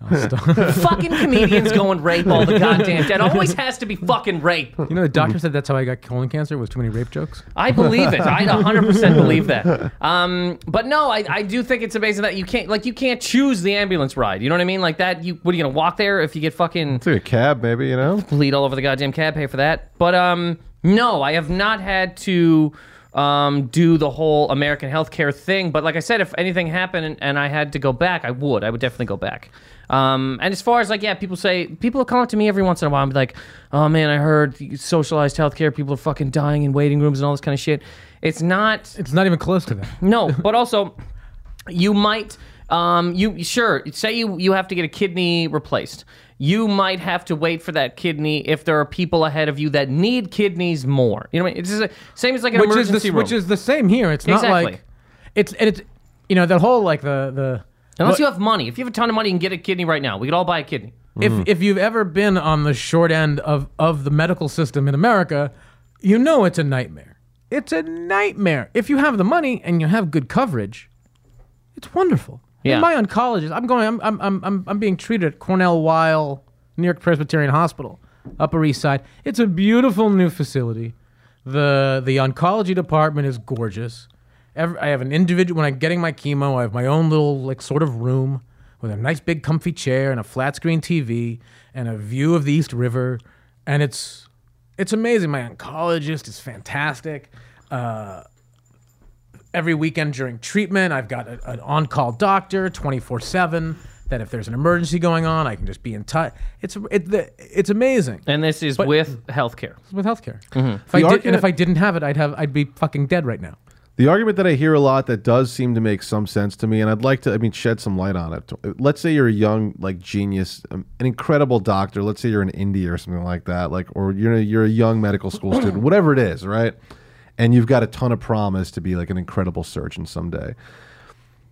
[SPEAKER 4] I'll stop.
[SPEAKER 2] fucking comedians going rape all the goddamn. It always has to be fucking rape.
[SPEAKER 4] You know, the
[SPEAKER 2] Mm-hmm.
[SPEAKER 4] doctor said that's how I got colon cancer was too many rape jokes.
[SPEAKER 2] I believe it. I 100% believe that. Um, but no, I, I do think it's amazing that you can't like you can't choose the ambulance ride. You know what I mean? Like that. You what are you gonna walk there if you get fucking
[SPEAKER 3] It's like a cab, maybe, you know?
[SPEAKER 2] bleed all over the goddamn cab? Pay for that. But um, no, I have not had to um do the whole American healthcare thing. But like I said, if anything happened and, and I had to go back, I would. I would definitely go back. Um, and as far as like, yeah, people say people come up to me every once in a while and be like, "Oh man, I heard socialized healthcare. People are fucking dying in waiting rooms and all this kind of shit." It's not
[SPEAKER 4] It's not even close to that.
[SPEAKER 2] no, but also you might um you sure say you you have to get a kidney replaced. You might have to wait for that kidney if there are people ahead of you that need kidneys more. You know, what I mean? it's just a, same as like an
[SPEAKER 4] Which is
[SPEAKER 2] emergency
[SPEAKER 4] the,
[SPEAKER 2] room.
[SPEAKER 4] which is the same here. It's not
[SPEAKER 2] Exactly.
[SPEAKER 4] like it's and it's you know the whole like the the
[SPEAKER 2] Unless you have money, if you have a ton of money, you can get a kidney right now. We could all buy a kidney.
[SPEAKER 4] if if you've ever been on the short end of of the medical system in America, you know it's a nightmare. It's a nightmare. If you have the money and you have good coverage, it's wonderful. I mean,
[SPEAKER 2] Yeah.
[SPEAKER 4] my oncologist, I'm going. I'm I'm I'm I'm, I'm being treated at Cornell Weill New York Presbyterian Hospital, Upper East Side. It's a beautiful new facility. the The oncology department is gorgeous. Every, I have an individual when I'm getting my chemo. I have my own little like sort of room with a nice big comfy chair and a flat screen TV and a view of the East River, and it's it's amazing. My oncologist is fantastic every weekend during treatment. I've got a, an on-call doctor, twenty-four seven. That if there's an emergency going on, I can just be in touch. It's it, the, it's amazing
[SPEAKER 2] And this is with healthcare.
[SPEAKER 4] with healthcare. If I
[SPEAKER 3] The
[SPEAKER 4] did, and
[SPEAKER 3] argument-
[SPEAKER 4] if I didn't have it, I'd have I'd be fucking dead right now.
[SPEAKER 3] The argument that I hear a lot that does seem to make some sense to me, and I'd like to, I mean, shed some light on it. Let's say you're a young, like, genius, um, an incredible doctor. Let's say you're in India or something like that, like, or you're you're a young medical school student, whatever it is, right? And you've got a ton of promise to be like an incredible surgeon someday.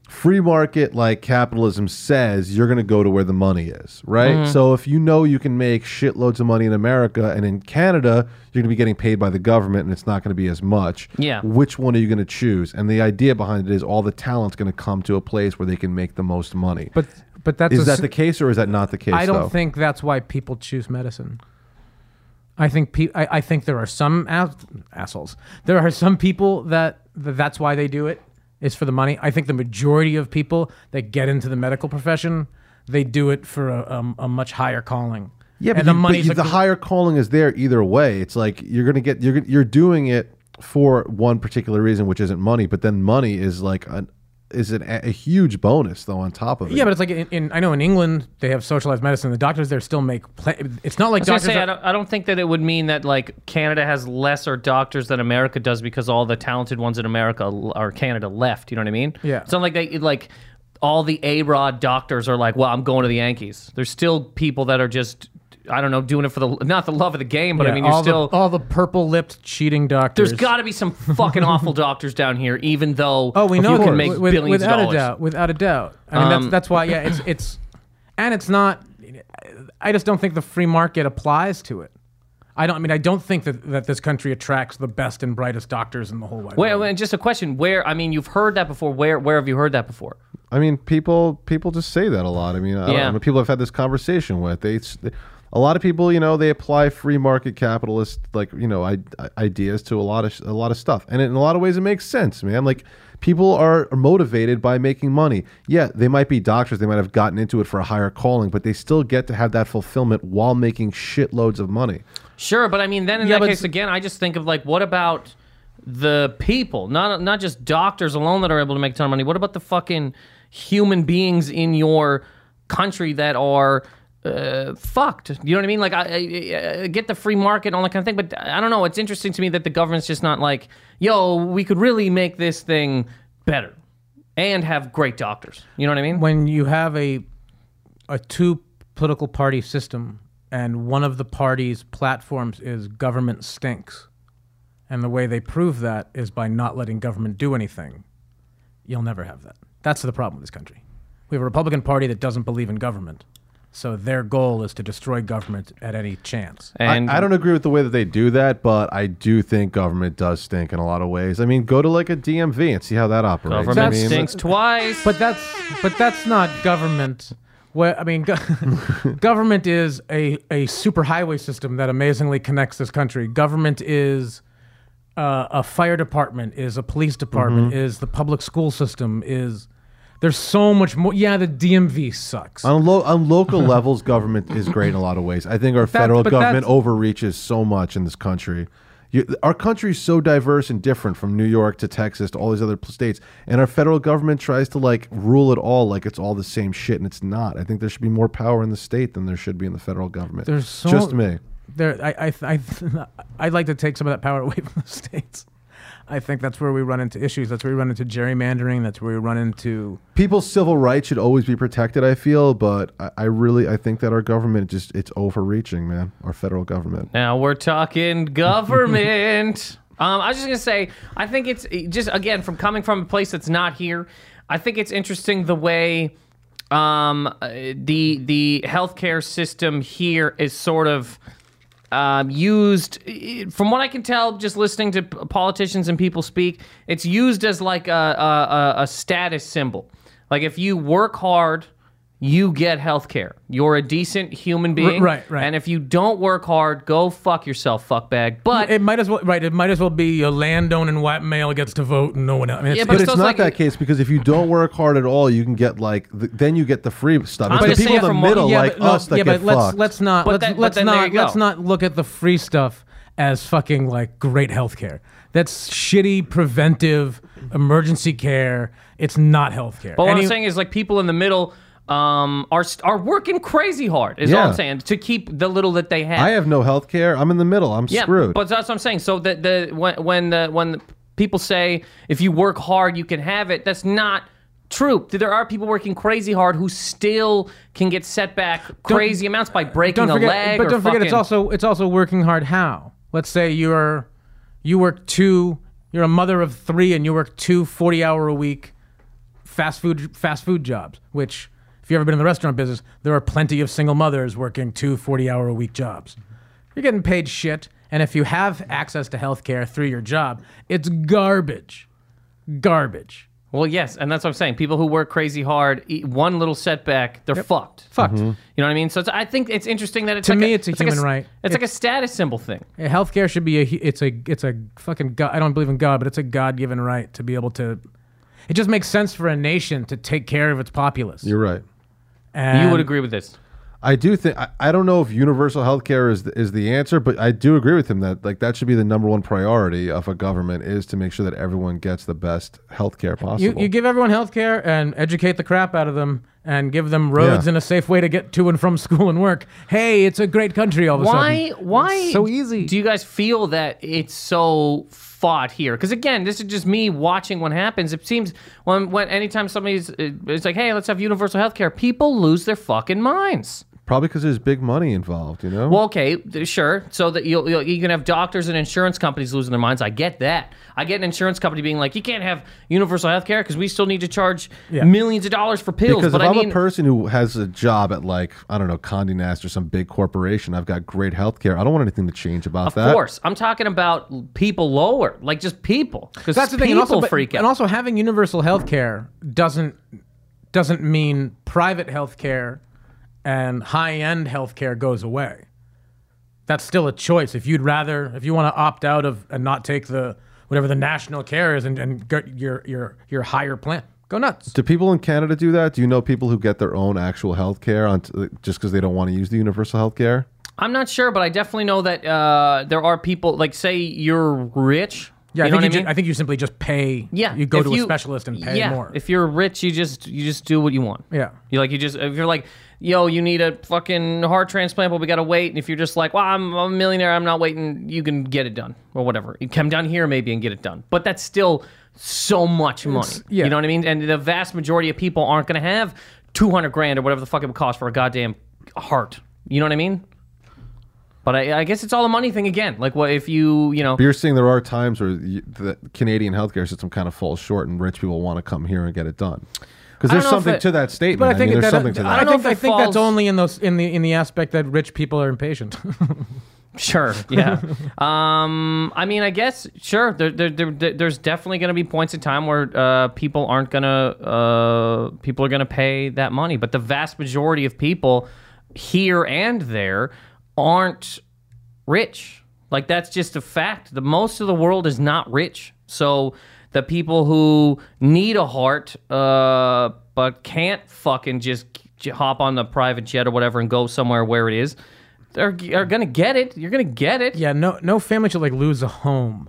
[SPEAKER 3] free market like capitalism says you're going to go to where the money is, right? So if you know you can make shitloads of money in America and in Canada, you're going to be getting paid by the government and it's not going to be as much.
[SPEAKER 2] Yeah.
[SPEAKER 3] Which one are you going to choose? And the idea behind it is all the talent's going to come to a place where they can make the most money.
[SPEAKER 4] But but that's
[SPEAKER 3] is
[SPEAKER 4] a
[SPEAKER 3] that
[SPEAKER 4] s-
[SPEAKER 3] the case or is that not the case?
[SPEAKER 4] I don't
[SPEAKER 3] though?
[SPEAKER 4] think that's why people choose medicine. I think pe- I, I think there are some ass- assholes. There are some people that, that that's why they do it. It's for the money. I think the majority of people that get into the medical profession, they do it for a, um, a, a much higher calling.
[SPEAKER 3] Yeah, but,
[SPEAKER 4] and
[SPEAKER 3] you-
[SPEAKER 4] the
[SPEAKER 3] but
[SPEAKER 4] money's
[SPEAKER 3] you-
[SPEAKER 4] a
[SPEAKER 3] the
[SPEAKER 4] gr-
[SPEAKER 3] higher calling is there either way. It's like you're gonna get you're you're doing it for one particular reason, which isn't money. But then money is like an is an, a huge bonus though on top of it.
[SPEAKER 4] Yeah, but it's like in, in I know in England they have socialized medicine. The doctors there still make. Pla- it's not like
[SPEAKER 2] I was
[SPEAKER 4] doctors.
[SPEAKER 2] gonna say,
[SPEAKER 4] are-
[SPEAKER 2] I don't, I don't think that it would mean that like Canada has lesser doctors than America does because all the talented ones in America l- or Canada left. You know what I mean?
[SPEAKER 4] Yeah.
[SPEAKER 2] It's not like they like all the A Rod doctors are like, well, I'm going to the Yankees. There's still people that are just, I don't know, doing it for the not the love of the game, but I
[SPEAKER 4] Yeah,
[SPEAKER 2] mean, you're
[SPEAKER 4] all the-
[SPEAKER 2] still.
[SPEAKER 4] all the purple-lipped cheating doctors.
[SPEAKER 2] there's got to be some fucking awful doctors down here, even though
[SPEAKER 4] Oh, we know
[SPEAKER 2] you
[SPEAKER 4] that.
[SPEAKER 2] can make
[SPEAKER 4] With-
[SPEAKER 2] billions of
[SPEAKER 4] without
[SPEAKER 2] dollars.
[SPEAKER 4] a doubt. Without a doubt. I mean, that's
[SPEAKER 2] Um,
[SPEAKER 4] that's why. Yeah, it's it's, and it's not. I just don't think the free market applies to it. I don't. I mean, I don't think that, that this country attracts the best and brightest doctors in the whole wide
[SPEAKER 2] Wait,
[SPEAKER 4] world.
[SPEAKER 2] wait, just a question. Where I mean, you've heard that before. Where where have you heard that before?
[SPEAKER 3] I mean, people people just say that a lot. I mean, I don't-
[SPEAKER 2] Yeah.
[SPEAKER 3] I mean, people I've had this conversation with they. s- A lot of people, you know, they apply free market capitalist like you know I, I- ideas to a lot of sh- a lot of stuff, and in a lot of ways it makes sense, man. Like people are motivated by making money. Yeah, they might be doctors, they might have gotten into it for a higher calling, but they still get to have that fulfillment while making shitloads of money.
[SPEAKER 2] Sure, but I mean, then in that
[SPEAKER 4] but
[SPEAKER 2] case,
[SPEAKER 4] s-
[SPEAKER 2] again, I just think of like, what about the people? Not not just doctors alone that are able to make a ton of money. What about the fucking human beings in your country that are uh, fucked? You know what I mean? Like, I, I, I get the free market and all that kind of thing. But I don't know. It's interesting to me that the government's just not like, yo, we could really make this thing better and have great doctors. You know what I mean?
[SPEAKER 4] when you have a a two political party system and one of the party's platforms is government stinks and the way they prove that is by not letting government do anything you'll never have that that's the problem with this country we have a republican party that doesn't believe in government so their goal is to destroy government at any chance
[SPEAKER 2] And
[SPEAKER 3] I, I don't agree with the way that they do that, but I do think government does stink in a lot of ways. I mean, go to like a DMV and see how that operates. I
[SPEAKER 2] government
[SPEAKER 3] mean,
[SPEAKER 2] stinks twice.
[SPEAKER 4] But that's but that's not government. What I mean, go- government is a a superhighway system that amazingly connects this country. Government is uh, a fire department, is a police department, is the public school system, is there's so much more. Yeah, the DMV sucks.
[SPEAKER 3] On, lo- on local levels, government is great in a lot of ways. I think our federal
[SPEAKER 4] but
[SPEAKER 3] government
[SPEAKER 4] that's-
[SPEAKER 3] overreaches so much in this country. You, our country is so diverse and different from New York to Texas to all these other pl- states, and our federal government tries to like rule it all like it's all the same shit, and it's not. I think there should be more power in the state than there should be in the federal government.
[SPEAKER 4] There's so
[SPEAKER 3] just me.
[SPEAKER 4] There, I, I, I, I'd like to take some of that power away from the states. I think that's where we run into issues. That's where we run into gerrymandering. That's where we run into
[SPEAKER 3] people's civil rights should always be protected. I feel, but I, I really I think that our government just it's overreaching, man. Our federal government.
[SPEAKER 2] Now we're talking government. um, I was just gonna say, I think it's just again from coming from a place that's not here. I think it's interesting the way um, uh, the the healthcare system here is sort of um, used, from what I can tell, just listening to p- politicians and people speak, it's used as like a, a, a- a status symbol. Like if you work hard, you get health care. You're a decent human being.
[SPEAKER 4] right, right.
[SPEAKER 2] And if you don't work hard, go fuck yourself, fuckbag. But
[SPEAKER 4] It might as well right. It might as well be a landowning white male gets to vote and no one else. I mean, it's,
[SPEAKER 2] Yeah,
[SPEAKER 3] But
[SPEAKER 2] So
[SPEAKER 3] it's
[SPEAKER 2] it's
[SPEAKER 3] not
[SPEAKER 2] like-
[SPEAKER 3] that case because if you don't work hard at all, you can get like th- then you get the free stuff. It's
[SPEAKER 2] I'm
[SPEAKER 3] the
[SPEAKER 2] just
[SPEAKER 3] people
[SPEAKER 2] saying
[SPEAKER 3] in the
[SPEAKER 2] from what-
[SPEAKER 3] middle
[SPEAKER 4] yeah,
[SPEAKER 3] like
[SPEAKER 4] but, no,
[SPEAKER 3] us that
[SPEAKER 4] yeah,
[SPEAKER 3] get
[SPEAKER 4] but let's
[SPEAKER 3] fucked.
[SPEAKER 4] let's not
[SPEAKER 2] But
[SPEAKER 4] let's,
[SPEAKER 2] then- but
[SPEAKER 4] let's
[SPEAKER 2] then there
[SPEAKER 4] not
[SPEAKER 2] you go.
[SPEAKER 4] let's not look at the free stuff as fucking like great healthcare. That's shitty preventive emergency care. It's not healthcare.
[SPEAKER 2] But what
[SPEAKER 4] Any-
[SPEAKER 2] I'm saying is, like, people in the middle um, are st- are working crazy hard. Is all
[SPEAKER 3] Yeah.
[SPEAKER 2] I'm saying to keep the little that they have.
[SPEAKER 3] I have no health care. I'm in the middle. I'm
[SPEAKER 2] yeah,
[SPEAKER 3] screwed.
[SPEAKER 2] but that's what I'm saying. So that the when when the when the people say if you work hard you can have it, that's not. True. There are people working crazy hard who still can get set back crazy amounts by breaking
[SPEAKER 4] don't
[SPEAKER 2] a
[SPEAKER 4] forget,
[SPEAKER 2] leg.
[SPEAKER 4] but
[SPEAKER 2] or
[SPEAKER 4] don't forget, it's
[SPEAKER 2] fucking-
[SPEAKER 4] also it's also working hard. How? Let's say you're you work two. You're a mother of three, and you work two 40 hour a week fast food fast food jobs, which if you've ever been in the restaurant business, there are plenty of single mothers working two 40 hour a week jobs. You're getting paid shit, and if you have access to health care through your job, it's garbage. Garbage.
[SPEAKER 2] Well, yes, and that's what I'm saying. People who work crazy hard, eat one little setback, they're fucked.
[SPEAKER 4] Fucked.
[SPEAKER 2] You know what I mean? So it's, I think it's interesting that it's
[SPEAKER 4] To
[SPEAKER 2] like
[SPEAKER 4] me, it's a
[SPEAKER 2] like
[SPEAKER 4] human
[SPEAKER 2] s-
[SPEAKER 4] right.
[SPEAKER 2] It's, like a status symbol thing.
[SPEAKER 4] Yeah, Healthcare should be a hu- it's a it's a fucking god. I don't believe in God, but it's a God given right to be able to. It just makes sense for a nation to take care of its populace.
[SPEAKER 3] You're right.
[SPEAKER 4] And
[SPEAKER 2] you would agree with this?
[SPEAKER 3] I do think I, I don't know if universal health care is the, is the answer, but I do agree with him that like that should be the number one priority of a government is to make sure that everyone gets the best health care
[SPEAKER 4] You,
[SPEAKER 3] possible.
[SPEAKER 4] you give everyone health care and educate the crap out of them and give them roads
[SPEAKER 3] Yeah.
[SPEAKER 4] and a safe way to get to and from school and work. Hey, it's a great country all of a
[SPEAKER 2] Why?
[SPEAKER 4] sudden.
[SPEAKER 2] Why?
[SPEAKER 4] It's so easy.
[SPEAKER 2] Do you guys feel that it's so fought here? Because again, this is just me watching what happens. It seems when when anytime somebody's uh, it's like, hey, let's have universal health care. People lose their fucking minds.
[SPEAKER 3] Probably because there's big money involved, you know.
[SPEAKER 2] Well, okay, th- sure. So that you'll, you'll you can have doctors and insurance companies losing their minds. I get that. I get an insurance company being like, you can't have universal health care because we still need to charge
[SPEAKER 4] Yeah.
[SPEAKER 2] millions of dollars for pills.
[SPEAKER 3] because if
[SPEAKER 2] but
[SPEAKER 3] I'm
[SPEAKER 2] I mean,
[SPEAKER 3] a person who has a job at like I don't know Condé Nast or some big corporation, I've got great health care. I don't want anything to change about that.
[SPEAKER 2] of course, I'm talking about people lower, like just people. Because
[SPEAKER 4] That's the thing.
[SPEAKER 2] People
[SPEAKER 4] And also, but-
[SPEAKER 2] freak out.
[SPEAKER 4] and also having universal health care doesn't doesn't mean private health care and high end health care goes away. That's still a choice. If you'd rather, if you want to opt out of and not take the whatever the national care is and, and get your your your higher plan, go nuts.
[SPEAKER 3] Do people in Canada do that? Do you know people who get their own actual health care on t- just because they don't want to use the universal health care?
[SPEAKER 2] I'm not sure, but I definitely know that uh, there are people like say you're rich.
[SPEAKER 4] Yeah,
[SPEAKER 2] you
[SPEAKER 4] I
[SPEAKER 2] know what
[SPEAKER 4] think you
[SPEAKER 2] I
[SPEAKER 4] ju-
[SPEAKER 2] mean.
[SPEAKER 4] I think you simply just pay.
[SPEAKER 2] yeah,
[SPEAKER 4] you go
[SPEAKER 2] if
[SPEAKER 4] to a specialist and pay
[SPEAKER 2] yeah,
[SPEAKER 4] more.
[SPEAKER 2] If you're rich, you just you just do what you want.
[SPEAKER 4] Yeah.
[SPEAKER 2] you like you just if you're like yo, you need a fucking heart transplant, but we gotta wait. And if you're just like, well, I'm a millionaire, I'm not waiting. You can get it done or whatever. You come down here maybe and get it done, but that's still so much money.
[SPEAKER 4] yeah.
[SPEAKER 2] you know what I mean. And the vast majority of people aren't gonna have 200 grand or whatever the fuck it would cost for a goddamn heart. You know what I mean? But I, I guess it's all a money thing again. Like, what if you, you know,
[SPEAKER 3] But you're saying there are times where you, the Canadian healthcare system kind of falls short, and rich people want to come here and get it done.
[SPEAKER 2] don't
[SPEAKER 3] Because there's
[SPEAKER 2] know if
[SPEAKER 3] something
[SPEAKER 2] it-
[SPEAKER 3] to that statement.
[SPEAKER 4] But I
[SPEAKER 3] mean,
[SPEAKER 4] think
[SPEAKER 3] there's
[SPEAKER 4] that,
[SPEAKER 3] something to
[SPEAKER 4] I,
[SPEAKER 3] that.
[SPEAKER 2] don't know
[SPEAKER 4] think,
[SPEAKER 2] if
[SPEAKER 4] I
[SPEAKER 2] it
[SPEAKER 4] think
[SPEAKER 2] falls-
[SPEAKER 4] that's only in those in the in the aspect that rich people are impatient.
[SPEAKER 2] Sure. Yeah. um. I mean, I guess sure. There, there, there, there- there's definitely going to be points in time where uh, people aren't going to uh, people are going to pay that money, but the vast majority of people here and there aren't rich. Like that's just a fact. The most of the world is not rich. So the people who need a heart uh, but can't fucking just j- hop on the private jet or whatever and go somewhere where it is, they're are gonna get it. You're gonna get it.
[SPEAKER 4] yeah, no no family should like lose a home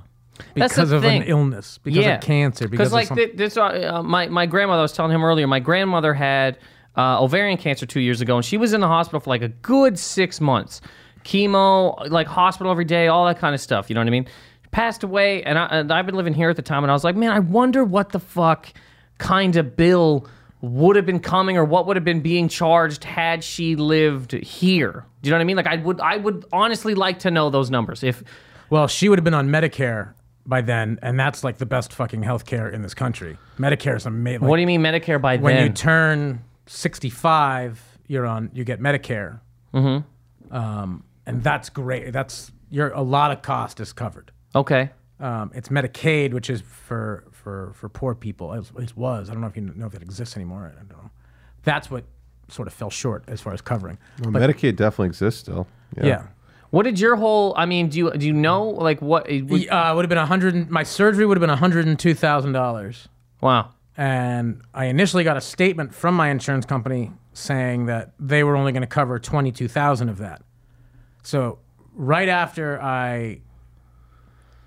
[SPEAKER 2] That's
[SPEAKER 4] because
[SPEAKER 2] the
[SPEAKER 4] of
[SPEAKER 2] thing.
[SPEAKER 4] an illness, because of cancer, because of
[SPEAKER 2] like
[SPEAKER 4] something.
[SPEAKER 2] thi- this, uh, uh, my my grandmother. I was telling him earlier. My grandmother had uh, ovarian cancer two years ago, and she was in the hospital for like a good six months, chemo, like hospital every day, all that kind of stuff. You know what I mean? Passed away, and, I, and I've been living here at the time, and I was like, man, I wonder what the fuck kind of bill would have been coming or what would have been being charged had she lived here. Do you know what I mean? Like I would I would honestly like to know those numbers. If
[SPEAKER 4] well, she would have been on Medicare by then, and that's like the best fucking health care in this country. Medicare is amazing.
[SPEAKER 2] what do you mean Medicare by
[SPEAKER 4] when
[SPEAKER 2] then?
[SPEAKER 4] you turn 65 you're on you get medicare mm-hmm. um, and that's great that's your a lot of cost is covered
[SPEAKER 2] okay.
[SPEAKER 4] um, it's medicaid which is for for for poor people it, it was i don't know if you know if it exists anymore i don't know that's what sort of fell short as far as covering
[SPEAKER 3] Well, Medicaid definitely exists still.
[SPEAKER 4] yeah,
[SPEAKER 2] What did your whole? I mean, do you do you know like what? it was-
[SPEAKER 4] Uh, it would have been 100 my surgery would have been 102000 dollars
[SPEAKER 2] Wow.
[SPEAKER 4] and I initially got a statement from my insurance company saying that they were only going to cover 22,000 of that. So right after I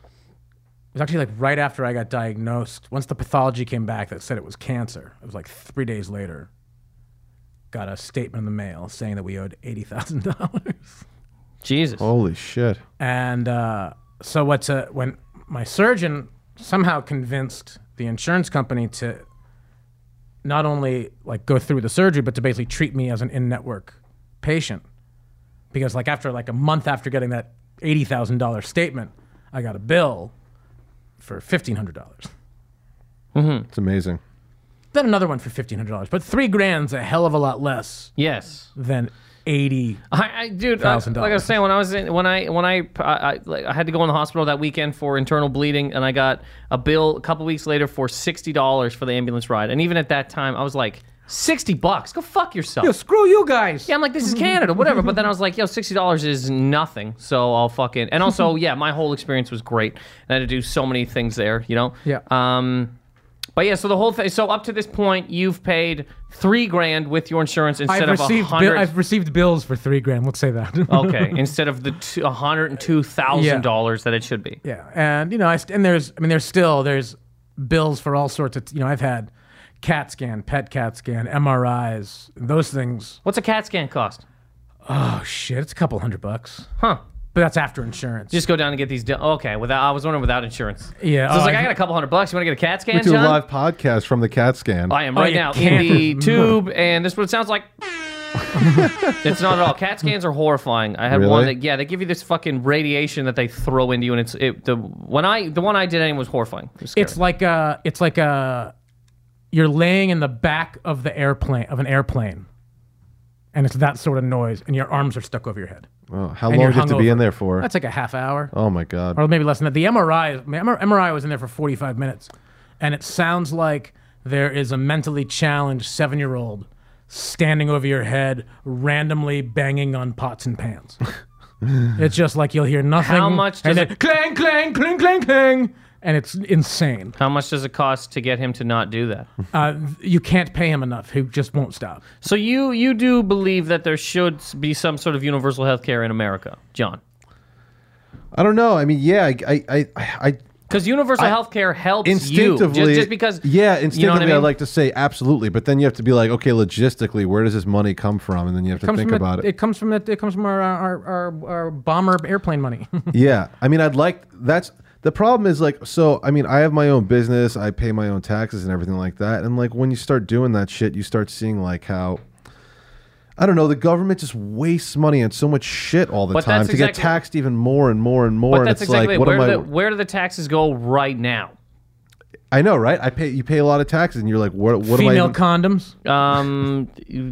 [SPEAKER 4] it was actually like right after I got diagnosed, once the pathology came back that said it was cancer. It was like 3 days later got a statement in the mail saying that we owed $80,000.
[SPEAKER 2] Jesus.
[SPEAKER 3] Holy shit.
[SPEAKER 4] And uh, so what's a, when my surgeon somehow convinced the insurance company to not only like go through the surgery, but to basically treat me as an in-network patient, because like after like a month after getting that eighty thousand dollar statement, I got a bill for fifteen hundred dollars.
[SPEAKER 3] It's amazing.
[SPEAKER 4] Then another one for fifteen hundred dollars, but three grand's a hell of a lot less
[SPEAKER 2] Yes.
[SPEAKER 4] than eighty.
[SPEAKER 2] I, I dude, I,
[SPEAKER 4] $1,000.
[SPEAKER 2] like I was saying, when I was in, when I when I I, I, like, I had to go in the hospital that weekend for internal bleeding, and I got a bill a couple weeks later for sixty dollars for the ambulance ride, and even at that time, I was like, sixty bucks, go fuck yourself.
[SPEAKER 4] Screw you guys.
[SPEAKER 2] Yeah, I'm like, this is Canada, whatever. But then I was like, yo, sixty dollars is nothing, so I'll fucking. And also, yeah, my whole experience was great, and I had to do so many things there, you know.
[SPEAKER 4] Yeah.
[SPEAKER 2] Um, but yeah, so the whole thing. So up to this point, you've paid three grand with your insurance instead of
[SPEAKER 4] I've
[SPEAKER 2] a
[SPEAKER 4] received
[SPEAKER 2] hundred.
[SPEAKER 4] bill, I've received bills for three grand. Let's say that.
[SPEAKER 2] okay, instead of the two- $102,000 that it should be.
[SPEAKER 4] Yeah, and you know, I st- and there's, I mean, there's still there's bills for all sorts of. You know, I've had CAT scan, PET CAT scan, MRIs, those things.
[SPEAKER 2] What's a CAT scan cost?
[SPEAKER 4] Oh shit, it's a couple hundred bucks,
[SPEAKER 2] Huh.
[SPEAKER 4] but that's after insurance.
[SPEAKER 2] Just go down and get these. done. okay, without I was wondering without insurance.
[SPEAKER 4] Yeah,
[SPEAKER 2] So I was
[SPEAKER 4] oh,
[SPEAKER 2] like, I
[SPEAKER 4] I-
[SPEAKER 2] got a couple hundred bucks. You want to get a CAT scan,
[SPEAKER 3] We do a
[SPEAKER 2] John?
[SPEAKER 3] live podcast from the CAT scan.
[SPEAKER 2] I am
[SPEAKER 4] Oh,
[SPEAKER 2] right
[SPEAKER 4] you
[SPEAKER 2] now
[SPEAKER 4] can't.
[SPEAKER 2] in the tube, and this is what it sounds like. it's not at all. CAT scans are horrifying. I had
[SPEAKER 3] Really?
[SPEAKER 2] one that yeah, they give you this fucking radiation that they throw into you, and it's it the when I the one I did anyway was horrifying. It was scary.
[SPEAKER 4] it's like a, it's like a, you're laying in the back of the airplane of an airplane, and it's that sort of noise, and your arms are stuck over your head.
[SPEAKER 3] Oh, how
[SPEAKER 4] And
[SPEAKER 3] long
[SPEAKER 4] you're
[SPEAKER 3] do you have to be
[SPEAKER 4] hungover.
[SPEAKER 3] in there for?
[SPEAKER 4] That's like a half hour.
[SPEAKER 3] oh my god.
[SPEAKER 4] or maybe less than that. The MRI, MRI was in there for 45 minutes, and it sounds like there is a mentally challenged seven year old standing over your head, randomly banging on pots and pans. it's just like you'll hear nothing.
[SPEAKER 2] How much
[SPEAKER 4] and
[SPEAKER 2] does
[SPEAKER 4] then clang, clang, clang, clang, clang, and it's insane.
[SPEAKER 2] How much does it cost to get him to not do that?
[SPEAKER 4] Uh, you can't pay him enough. He just won't stop.
[SPEAKER 2] so you you do believe that there should be some sort of universal health care in America, John?
[SPEAKER 3] I don't know. I mean, yeah, I, I, I, I
[SPEAKER 2] Because universal health care helps
[SPEAKER 3] instinctively,
[SPEAKER 2] you just, just because
[SPEAKER 3] yeah, instinctively,
[SPEAKER 2] you know what I mean?
[SPEAKER 3] like to say absolutely, but then you have to be like, okay, logistically, where does this money come from? And then you have to
[SPEAKER 4] Comes
[SPEAKER 3] think
[SPEAKER 4] from
[SPEAKER 3] about
[SPEAKER 4] it,
[SPEAKER 3] it.
[SPEAKER 4] it comes from it, it comes from our our, our, our bomber airplane money.
[SPEAKER 3] yeah, I mean, I'd like that's the problem is like, so I mean, I have my own business, I pay my own taxes and everything like that, and like when you start doing that shit, you start seeing like how. I don't know. The government just wastes money on so much shit all the
[SPEAKER 2] But
[SPEAKER 3] time
[SPEAKER 2] that's
[SPEAKER 3] to get
[SPEAKER 2] exactly-
[SPEAKER 3] taxed even more and more and more.
[SPEAKER 2] But
[SPEAKER 3] and
[SPEAKER 2] that's
[SPEAKER 3] it's
[SPEAKER 2] exactly
[SPEAKER 3] like,
[SPEAKER 2] it.
[SPEAKER 3] what am
[SPEAKER 2] where
[SPEAKER 3] I?
[SPEAKER 2] the, where do the taxes go right now?
[SPEAKER 3] I know, right? I pay. You pay a lot of taxes, and you're like, what? What am I?
[SPEAKER 4] Female
[SPEAKER 3] even-
[SPEAKER 4] condoms.
[SPEAKER 2] Um,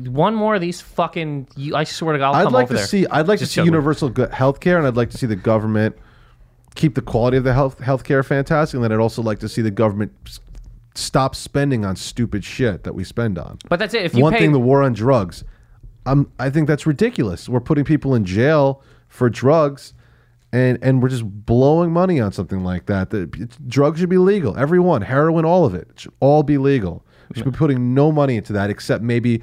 [SPEAKER 2] one more of these fucking. You, I swear to God, I'll
[SPEAKER 3] I'd
[SPEAKER 2] come
[SPEAKER 3] like
[SPEAKER 2] over
[SPEAKER 3] to
[SPEAKER 2] there.
[SPEAKER 3] see. I'd like
[SPEAKER 2] Just
[SPEAKER 3] to see
[SPEAKER 2] joking.
[SPEAKER 3] universal good healthcare, and I'd like to see the government keep the quality of the health healthcare fantastic. And then I'd also like to see the government s- stop spending on stupid shit that we spend on.
[SPEAKER 2] But that's it. If you
[SPEAKER 3] One
[SPEAKER 2] pay,
[SPEAKER 3] thing, the war on drugs. I'm, I think that's ridiculous. We're putting people in jail for drugs, and and we're just blowing money on something like that. That it's- drugs should be legal. Everyone, heroin, all of it, it should all be legal. We should be putting no money into that except maybe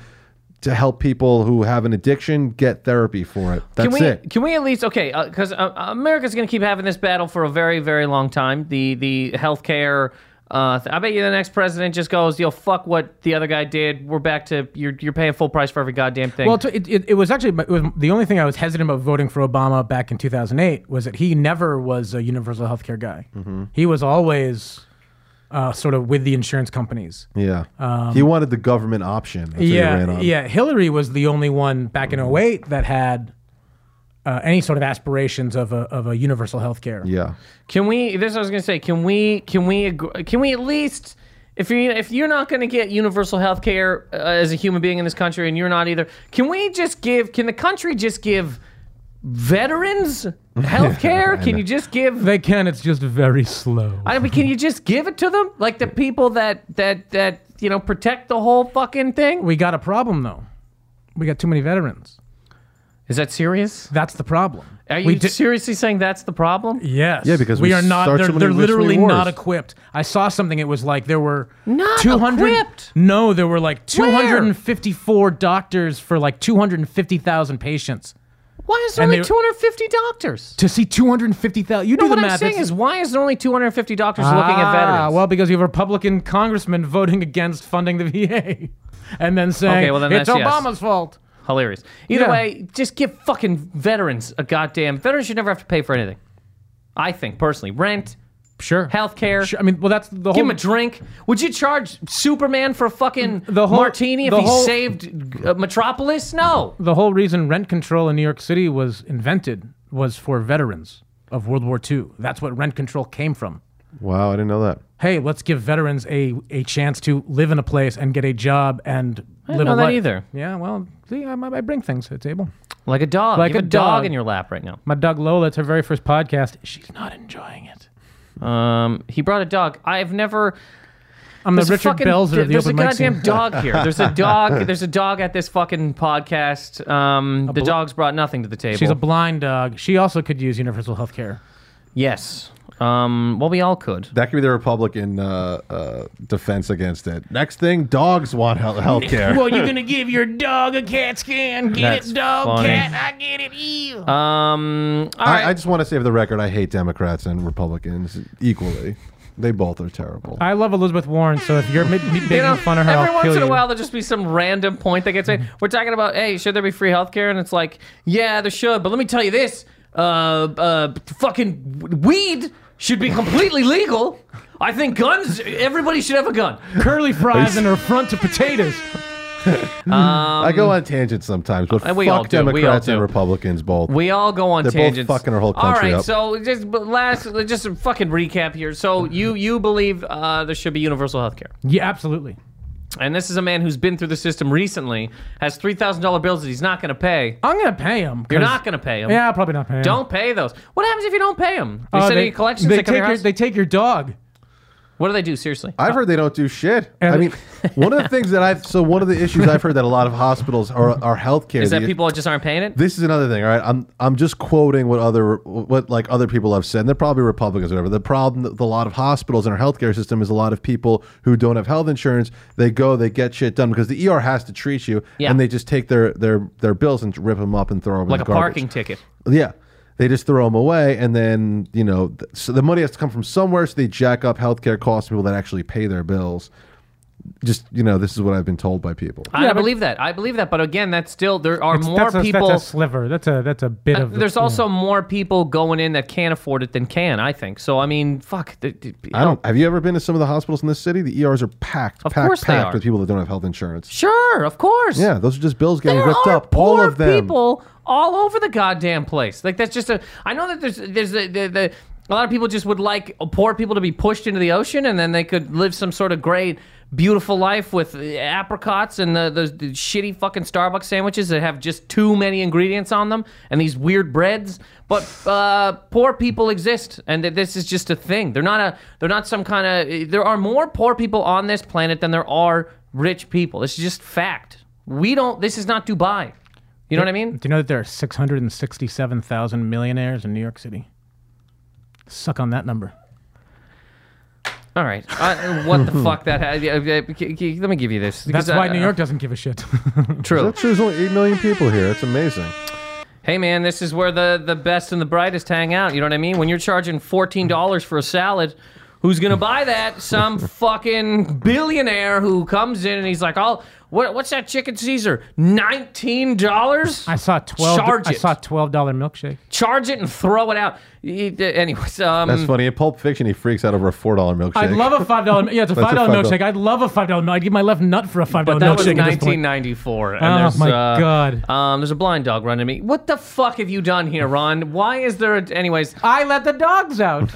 [SPEAKER 3] to help people who have an addiction get therapy for it. That's
[SPEAKER 2] can we
[SPEAKER 3] it.
[SPEAKER 2] can we at least okay? Because uh, America's going to keep having this battle for a very very long time. The the healthcare. Uh, th- I bet you the next president just goes, yo, fuck what the other guy did. We're back to you're you're paying full price for every goddamn thing.
[SPEAKER 4] Well, it, it, it was actually it was the only thing I was hesitant about voting for Obama back in 2008 was that he never was a universal health care guy.
[SPEAKER 3] Mm-hmm.
[SPEAKER 4] He was always uh, sort of with the insurance companies.
[SPEAKER 3] Yeah, he
[SPEAKER 2] Um,
[SPEAKER 3] wanted the government option. That's what he ran
[SPEAKER 4] Yeah,
[SPEAKER 3] on. Mm-hmm.
[SPEAKER 4] yeah. Hillary was the only one back in 08 that had uh, any sort of aspirations of a, of a universal health care.
[SPEAKER 3] yeah.
[SPEAKER 2] Can we? This is what I was gonna say. Can we? Can we? agr- Can we at least? If you if you're not gonna get universal health care uh, as a human being in this country, and you're not either, can we just give? Can the country just give veterans health care? can you just give?
[SPEAKER 4] They can. It's just very slow.
[SPEAKER 2] I mean, can you just give it to them? Like the people that that that you know protect the whole fucking thing.
[SPEAKER 4] we got a problem though. We got too many veterans.
[SPEAKER 2] Is that serious?
[SPEAKER 4] That's the problem.
[SPEAKER 2] Are you
[SPEAKER 4] we di-
[SPEAKER 2] seriously saying that's the problem?
[SPEAKER 4] Yes.
[SPEAKER 3] Yeah, because
[SPEAKER 4] we,
[SPEAKER 3] we
[SPEAKER 4] are not.
[SPEAKER 3] start
[SPEAKER 4] They're,
[SPEAKER 3] so many
[SPEAKER 4] they're
[SPEAKER 3] weeks,
[SPEAKER 4] literally
[SPEAKER 3] many wars.
[SPEAKER 4] not equipped. I saw something. It was like there were
[SPEAKER 2] Not
[SPEAKER 4] 200.
[SPEAKER 2] equipped?
[SPEAKER 4] No, there were like 254 doctors for like 250,000 patients
[SPEAKER 2] Why is there
[SPEAKER 4] And
[SPEAKER 2] only
[SPEAKER 4] they-
[SPEAKER 2] 250 doctors?
[SPEAKER 4] to see 250,000. You do
[SPEAKER 2] No,
[SPEAKER 4] the
[SPEAKER 2] what
[SPEAKER 4] math.
[SPEAKER 2] I'm saying
[SPEAKER 4] it's-
[SPEAKER 2] is, why is there only 250 doctors looking at
[SPEAKER 4] Ah,
[SPEAKER 2] veterans?
[SPEAKER 4] Well, because you have Republican congressmen voting against funding the VA, and then saying
[SPEAKER 2] Okay, well, then
[SPEAKER 4] it's
[SPEAKER 2] that's yes.
[SPEAKER 4] Obama's fault.
[SPEAKER 2] Hilarious. Either
[SPEAKER 4] Yeah.
[SPEAKER 2] way, just give fucking veterans a goddamn. Veterans should never have to pay for anything. I think personally, rent,
[SPEAKER 4] Sure.
[SPEAKER 2] healthcare.
[SPEAKER 4] Sure. I mean, well, that's the
[SPEAKER 2] Give
[SPEAKER 4] whole.
[SPEAKER 2] him a drink. Would you charge Superman for a fucking
[SPEAKER 4] The whole-
[SPEAKER 2] martini if
[SPEAKER 4] the
[SPEAKER 2] he
[SPEAKER 4] whole-
[SPEAKER 2] saved uh, Metropolis? No.
[SPEAKER 4] the whole reason rent control in New York City was invented was for veterans of World War II. That's what rent control came from.
[SPEAKER 3] Wow, I didn't know that.
[SPEAKER 4] Hey, let's give veterans a, a chance to live in a place and get a job and
[SPEAKER 2] didn't
[SPEAKER 4] live
[SPEAKER 2] know
[SPEAKER 4] a
[SPEAKER 2] that
[SPEAKER 4] life.
[SPEAKER 2] either.
[SPEAKER 4] Yeah, well, see, I, I bring things to the table.
[SPEAKER 2] Like a dog.
[SPEAKER 4] Like
[SPEAKER 2] you have
[SPEAKER 4] a
[SPEAKER 2] a dog.
[SPEAKER 4] dog.
[SPEAKER 2] in your lap right now.
[SPEAKER 4] My dog Lola, it's her very first podcast. She's not enjoying it.
[SPEAKER 2] Um, he brought a dog. I've never.
[SPEAKER 4] I'm the
[SPEAKER 2] There's a
[SPEAKER 4] Richard
[SPEAKER 2] fucking-
[SPEAKER 4] Belzer of the
[SPEAKER 2] There's a
[SPEAKER 4] open mic
[SPEAKER 2] goddamn
[SPEAKER 4] scene.
[SPEAKER 2] dog here. There's a dog. There's a dog at this fucking podcast. Um, the dog's brought nothing to the table.
[SPEAKER 4] She's a blind dog. She also could use universal health care.
[SPEAKER 2] yes. Um, well, we all could.
[SPEAKER 3] That could be the Republican uh, uh, defense against it. Next thing, dogs want health care.
[SPEAKER 4] Well, you're gonna give your dog a cat scan. Get
[SPEAKER 2] That's
[SPEAKER 4] it, dog,
[SPEAKER 2] funny.
[SPEAKER 4] cat. I get it. Ew.
[SPEAKER 2] Um, all right.
[SPEAKER 3] I, I just want to say for the record, I hate Democrats and Republicans equally. They both are terrible.
[SPEAKER 4] I love Elizabeth Warren, so if you're ma- ma- making
[SPEAKER 2] You know,
[SPEAKER 4] fun of her,
[SPEAKER 2] every
[SPEAKER 4] I'll
[SPEAKER 2] once
[SPEAKER 4] kill
[SPEAKER 2] in a
[SPEAKER 4] you.
[SPEAKER 2] while, there'll just be some random point that gets made. We're talking about, hey, should there be free healthcare? And it's like, yeah, there should. But let me tell you this: uh, uh, fucking weed should be completely legal. I think guns. Everybody should have a gun.
[SPEAKER 4] Curly fries in her front to potatoes.
[SPEAKER 3] I go on tangents sometimes, but
[SPEAKER 2] Um, uh, we all
[SPEAKER 3] fuck
[SPEAKER 2] do, we all
[SPEAKER 3] Democrats and
[SPEAKER 2] do.
[SPEAKER 3] Republicans both.
[SPEAKER 2] We all go on
[SPEAKER 3] They're both
[SPEAKER 2] tangents.
[SPEAKER 3] fucking our whole
[SPEAKER 2] all
[SPEAKER 3] country
[SPEAKER 2] right,
[SPEAKER 3] up.
[SPEAKER 2] so just but last, just a fucking recap here. So you you believe uh, there should be universal healthcare?
[SPEAKER 4] Yeah, absolutely.
[SPEAKER 2] And this is a man who's been through the system recently, has three thousand dollar bills that he's not going to pay.
[SPEAKER 4] I'm gonna pay him.
[SPEAKER 2] You're not going to pay him.
[SPEAKER 4] Yeah, I'll probably not pay him.
[SPEAKER 2] Don't pay those. What happens if you don't pay them? They
[SPEAKER 4] Uh,
[SPEAKER 2] send you collections. They,
[SPEAKER 4] They
[SPEAKER 2] come to your
[SPEAKER 4] take your,
[SPEAKER 2] house?
[SPEAKER 4] they take your dog.
[SPEAKER 2] What do they do? Seriously.
[SPEAKER 3] I've heard they don't do shit.
[SPEAKER 4] And-
[SPEAKER 3] I mean, one of the things that I've so one of the issues I've heard that a lot of hospitals are are healthcare
[SPEAKER 2] Is that
[SPEAKER 3] the-
[SPEAKER 2] people just aren't paying it?
[SPEAKER 3] This is another thing, all right. I'm I'm just quoting what other what like other people have said. And they're probably Republicans, or whatever. The problem with a lot of hospitals in our healthcare system is a lot of people who don't have health insurance. They go, they get shit done because the ER has to treat you,
[SPEAKER 2] Yeah.
[SPEAKER 3] and they just take their their their bills and rip them up and throw them
[SPEAKER 2] like
[SPEAKER 3] in
[SPEAKER 2] a
[SPEAKER 3] the garbage.
[SPEAKER 2] parking ticket.
[SPEAKER 3] Yeah. They just throw them away, and then you know, th- so the money has to come from somewhere. So they jack up healthcare costs. for People that actually pay their bills. Just you know, this is what I've been told by people.
[SPEAKER 2] I
[SPEAKER 4] Yeah, but-
[SPEAKER 2] believe that. I believe that. But again, that's still there are
[SPEAKER 4] It's-
[SPEAKER 2] more
[SPEAKER 4] that's a,
[SPEAKER 2] people. Uh,
[SPEAKER 4] That's a sliver. That's a that's a bit of. the-
[SPEAKER 2] there's also more people going in that can't afford it than can. I think so. I mean, fuck. th- th-
[SPEAKER 3] I don't. Have you ever been to some of the hospitals in this city? The ERs are packed,
[SPEAKER 2] Of
[SPEAKER 3] packed,
[SPEAKER 2] course they
[SPEAKER 3] packed
[SPEAKER 2] are.
[SPEAKER 3] with people that don't have health insurance.
[SPEAKER 2] Sure, of course.
[SPEAKER 3] Yeah, those are just bills getting
[SPEAKER 2] There
[SPEAKER 3] ripped
[SPEAKER 2] are
[SPEAKER 3] up. All
[SPEAKER 2] poor
[SPEAKER 3] of them.
[SPEAKER 2] people all over the goddamn place. Like that's just a. I know that there's there's the, the, the a lot of people just would like poor people to be pushed into the ocean and then they could live some sort of great beautiful life with apricots and the, the, the shitty fucking Starbucks sandwiches that have just too many ingredients on them and these weird breads. But uh, poor people exist and that this is just a thing. They're not a. They're not some kind of. There are more poor people on this planet than there are rich people. This is just fact. We don't. This is not Dubai. You know what I mean?
[SPEAKER 4] Do you know that there are 667,000 millionaires in New York City? Suck on that number.
[SPEAKER 2] All right. Uh, what the fuck that had? yeah, yeah, c- c- Let me give you this.
[SPEAKER 4] That's
[SPEAKER 2] because, uh,
[SPEAKER 4] why New York doesn't give a shit.
[SPEAKER 2] True.
[SPEAKER 3] That's true. There's only eight million people here. It's amazing.
[SPEAKER 2] Hey man, this is where the the best and the brightest hang out. You know what I mean? When you're charging fourteen dollars for a salad. Who's gonna buy that? Some fucking billionaire who comes in and he's like, "Oh, what, what's that chicken Caesar? Nineteen dollars?
[SPEAKER 4] I saw 12
[SPEAKER 2] Charge
[SPEAKER 4] I
[SPEAKER 2] it.
[SPEAKER 4] saw $12 milkshake.
[SPEAKER 2] Charge it and throw it out." Y- y- Anyways, um,
[SPEAKER 3] That's funny. In Pulp Fiction, he freaks out over a four dollar milkshake.
[SPEAKER 4] I'd love a $5 mi- Yeah, it's a $5,
[SPEAKER 3] That's a $5.
[SPEAKER 4] milkshake. I'd love a $5 milkshake. I'd give my left nut for a $5
[SPEAKER 2] But that was
[SPEAKER 4] milkshake at this point.
[SPEAKER 2] 1994. And
[SPEAKER 4] Oh,
[SPEAKER 2] there's,
[SPEAKER 4] my
[SPEAKER 2] uh,
[SPEAKER 4] God.
[SPEAKER 2] Um, there's a blind dog running at me. What the fuck have you done here, Ron? Why is there? A, anyways,
[SPEAKER 4] I let the dogs out.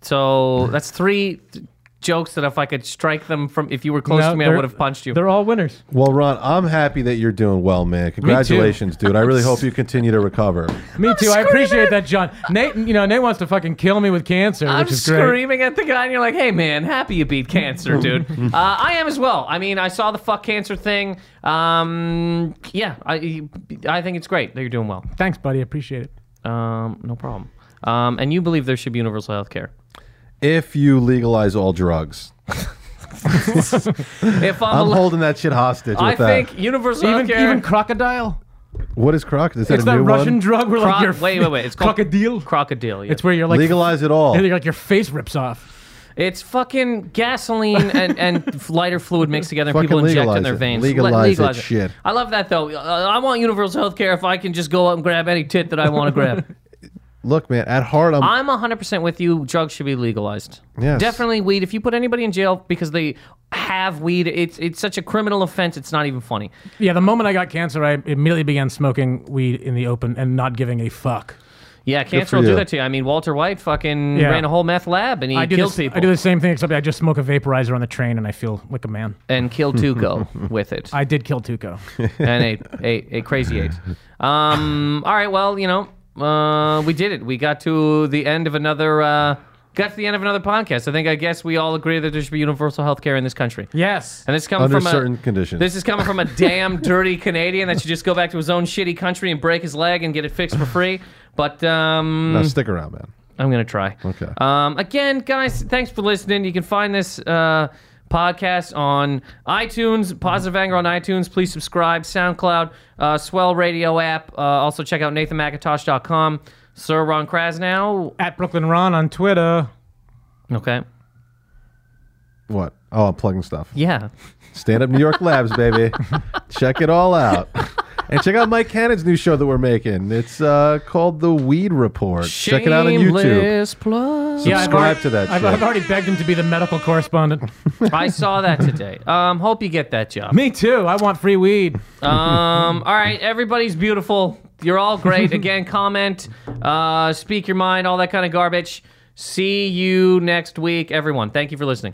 [SPEAKER 2] so that's three th- jokes that if I could strike them from, if you were close
[SPEAKER 4] No,
[SPEAKER 2] to me, I
[SPEAKER 4] they're-
[SPEAKER 2] would have punched you.
[SPEAKER 4] They're all winners.
[SPEAKER 3] Well, Ron, I'm happy that you're doing well, man. Congratulations, dude. I really hope you continue to recover.
[SPEAKER 4] Me too. I appreciate that, John. Nate, you know, Nate wants to fucking kill me with cancer,
[SPEAKER 2] I'm
[SPEAKER 4] which is great.
[SPEAKER 2] screaming at the guy, and you're like, "Hey, man, happy you beat cancer, dude." uh, I am as well. I mean, I saw the fuck cancer thing. Um, yeah, I I think it's great that you're doing well.
[SPEAKER 4] Thanks, buddy. I appreciate it.
[SPEAKER 2] Um, no problem. Um, and you believe there should be universal health care.
[SPEAKER 3] If you legalize all drugs,
[SPEAKER 2] If I'm,
[SPEAKER 3] I'm
[SPEAKER 2] al-
[SPEAKER 3] holding that shit hostage with
[SPEAKER 2] I
[SPEAKER 3] that.
[SPEAKER 2] think universal health
[SPEAKER 4] Even,
[SPEAKER 2] care.
[SPEAKER 4] even crocodile?
[SPEAKER 3] what is croc? Is that
[SPEAKER 4] It's
[SPEAKER 3] a
[SPEAKER 4] that
[SPEAKER 3] new
[SPEAKER 4] Russian
[SPEAKER 3] one?
[SPEAKER 4] drug where
[SPEAKER 2] Croc-
[SPEAKER 4] like your
[SPEAKER 2] wait, wait, wait. It's called
[SPEAKER 4] crocodile.
[SPEAKER 2] crocodile. Yeah.
[SPEAKER 4] It's where you're like
[SPEAKER 3] legalize it all.
[SPEAKER 4] like your face rips off.
[SPEAKER 2] It's fucking gasoline and, and lighter fluid mixed together and
[SPEAKER 3] Fucking
[SPEAKER 2] people inject in
[SPEAKER 3] legalize
[SPEAKER 2] their
[SPEAKER 3] it.
[SPEAKER 2] veins.
[SPEAKER 3] Legalize
[SPEAKER 2] Le-
[SPEAKER 3] it, shit.
[SPEAKER 2] I love that though. Uh, I want universal health care if I can just go up and grab any tit that I want to grab.
[SPEAKER 3] Look, man. At heart, I'm
[SPEAKER 2] I'm 100% with you. Drugs should be legalized.
[SPEAKER 3] Yes.
[SPEAKER 2] Definitely weed. If you put anybody in jail because they have weed, it's it's such a criminal offense, it's not even funny.
[SPEAKER 4] Yeah, the moment I got cancer, I immediately began smoking weed in the open and not giving a fuck.
[SPEAKER 2] Yeah, cancer will
[SPEAKER 3] for
[SPEAKER 2] do
[SPEAKER 3] you.
[SPEAKER 2] that to you. I mean, Walter White fucking
[SPEAKER 4] Yeah.
[SPEAKER 2] ran a whole meth lab and he
[SPEAKER 4] I do
[SPEAKER 2] killed
[SPEAKER 4] this,
[SPEAKER 2] people
[SPEAKER 4] I do the same thing except I just smoke a vaporizer on the train and I feel like a man.
[SPEAKER 2] and killed Tuco with it
[SPEAKER 4] I did kill Tuco.
[SPEAKER 2] and a, a, a crazy eight. Um, all right, well, you know, uh, we did it. We got to the end of another. Uh, Got to the end of another podcast. I think I guess we all agree that there should be universal health care in this country.
[SPEAKER 4] yes.
[SPEAKER 2] And this comes
[SPEAKER 3] Under
[SPEAKER 2] from a-
[SPEAKER 3] certain conditions.
[SPEAKER 2] This is coming from a damn dirty Canadian that should just go back to his own shitty country and break his leg and get it fixed for free. But um,
[SPEAKER 3] Now stick around, man.
[SPEAKER 2] I'm gonna try.
[SPEAKER 3] Okay.
[SPEAKER 2] Um, again, guys, thanks for listening. You can find this uh, podcast on iTunes, Positive Anger on iTunes. Please subscribe. SoundCloud, uh, Swell Radio app. Uh, also check out NathanMcIntosh.com. Sir Ron Krasnow.
[SPEAKER 4] At Brooklyn Ron on Twitter.
[SPEAKER 2] Okay.
[SPEAKER 3] What? Oh, I'm plugging stuff.
[SPEAKER 2] Yeah.
[SPEAKER 3] Stand Up New York Labs, baby. check it all out. And check out Mike Cannon's new show that we're making. It's uh, called The Weed Report. check it out on YouTube.
[SPEAKER 2] Shameless plug.
[SPEAKER 4] Yeah, I've
[SPEAKER 3] Subscribe
[SPEAKER 4] already-
[SPEAKER 3] to that
[SPEAKER 4] I've,
[SPEAKER 3] shit.
[SPEAKER 4] I've already begged him to be the medical correspondent.
[SPEAKER 2] I saw that today. Um, hope you get that job.
[SPEAKER 4] Me too. I want free weed.
[SPEAKER 2] Um, all right, everybody's beautiful. You're all great. Again, comment, uh, speak your mind, all that kind of garbage. See you next week, everyone. Thank you for listening.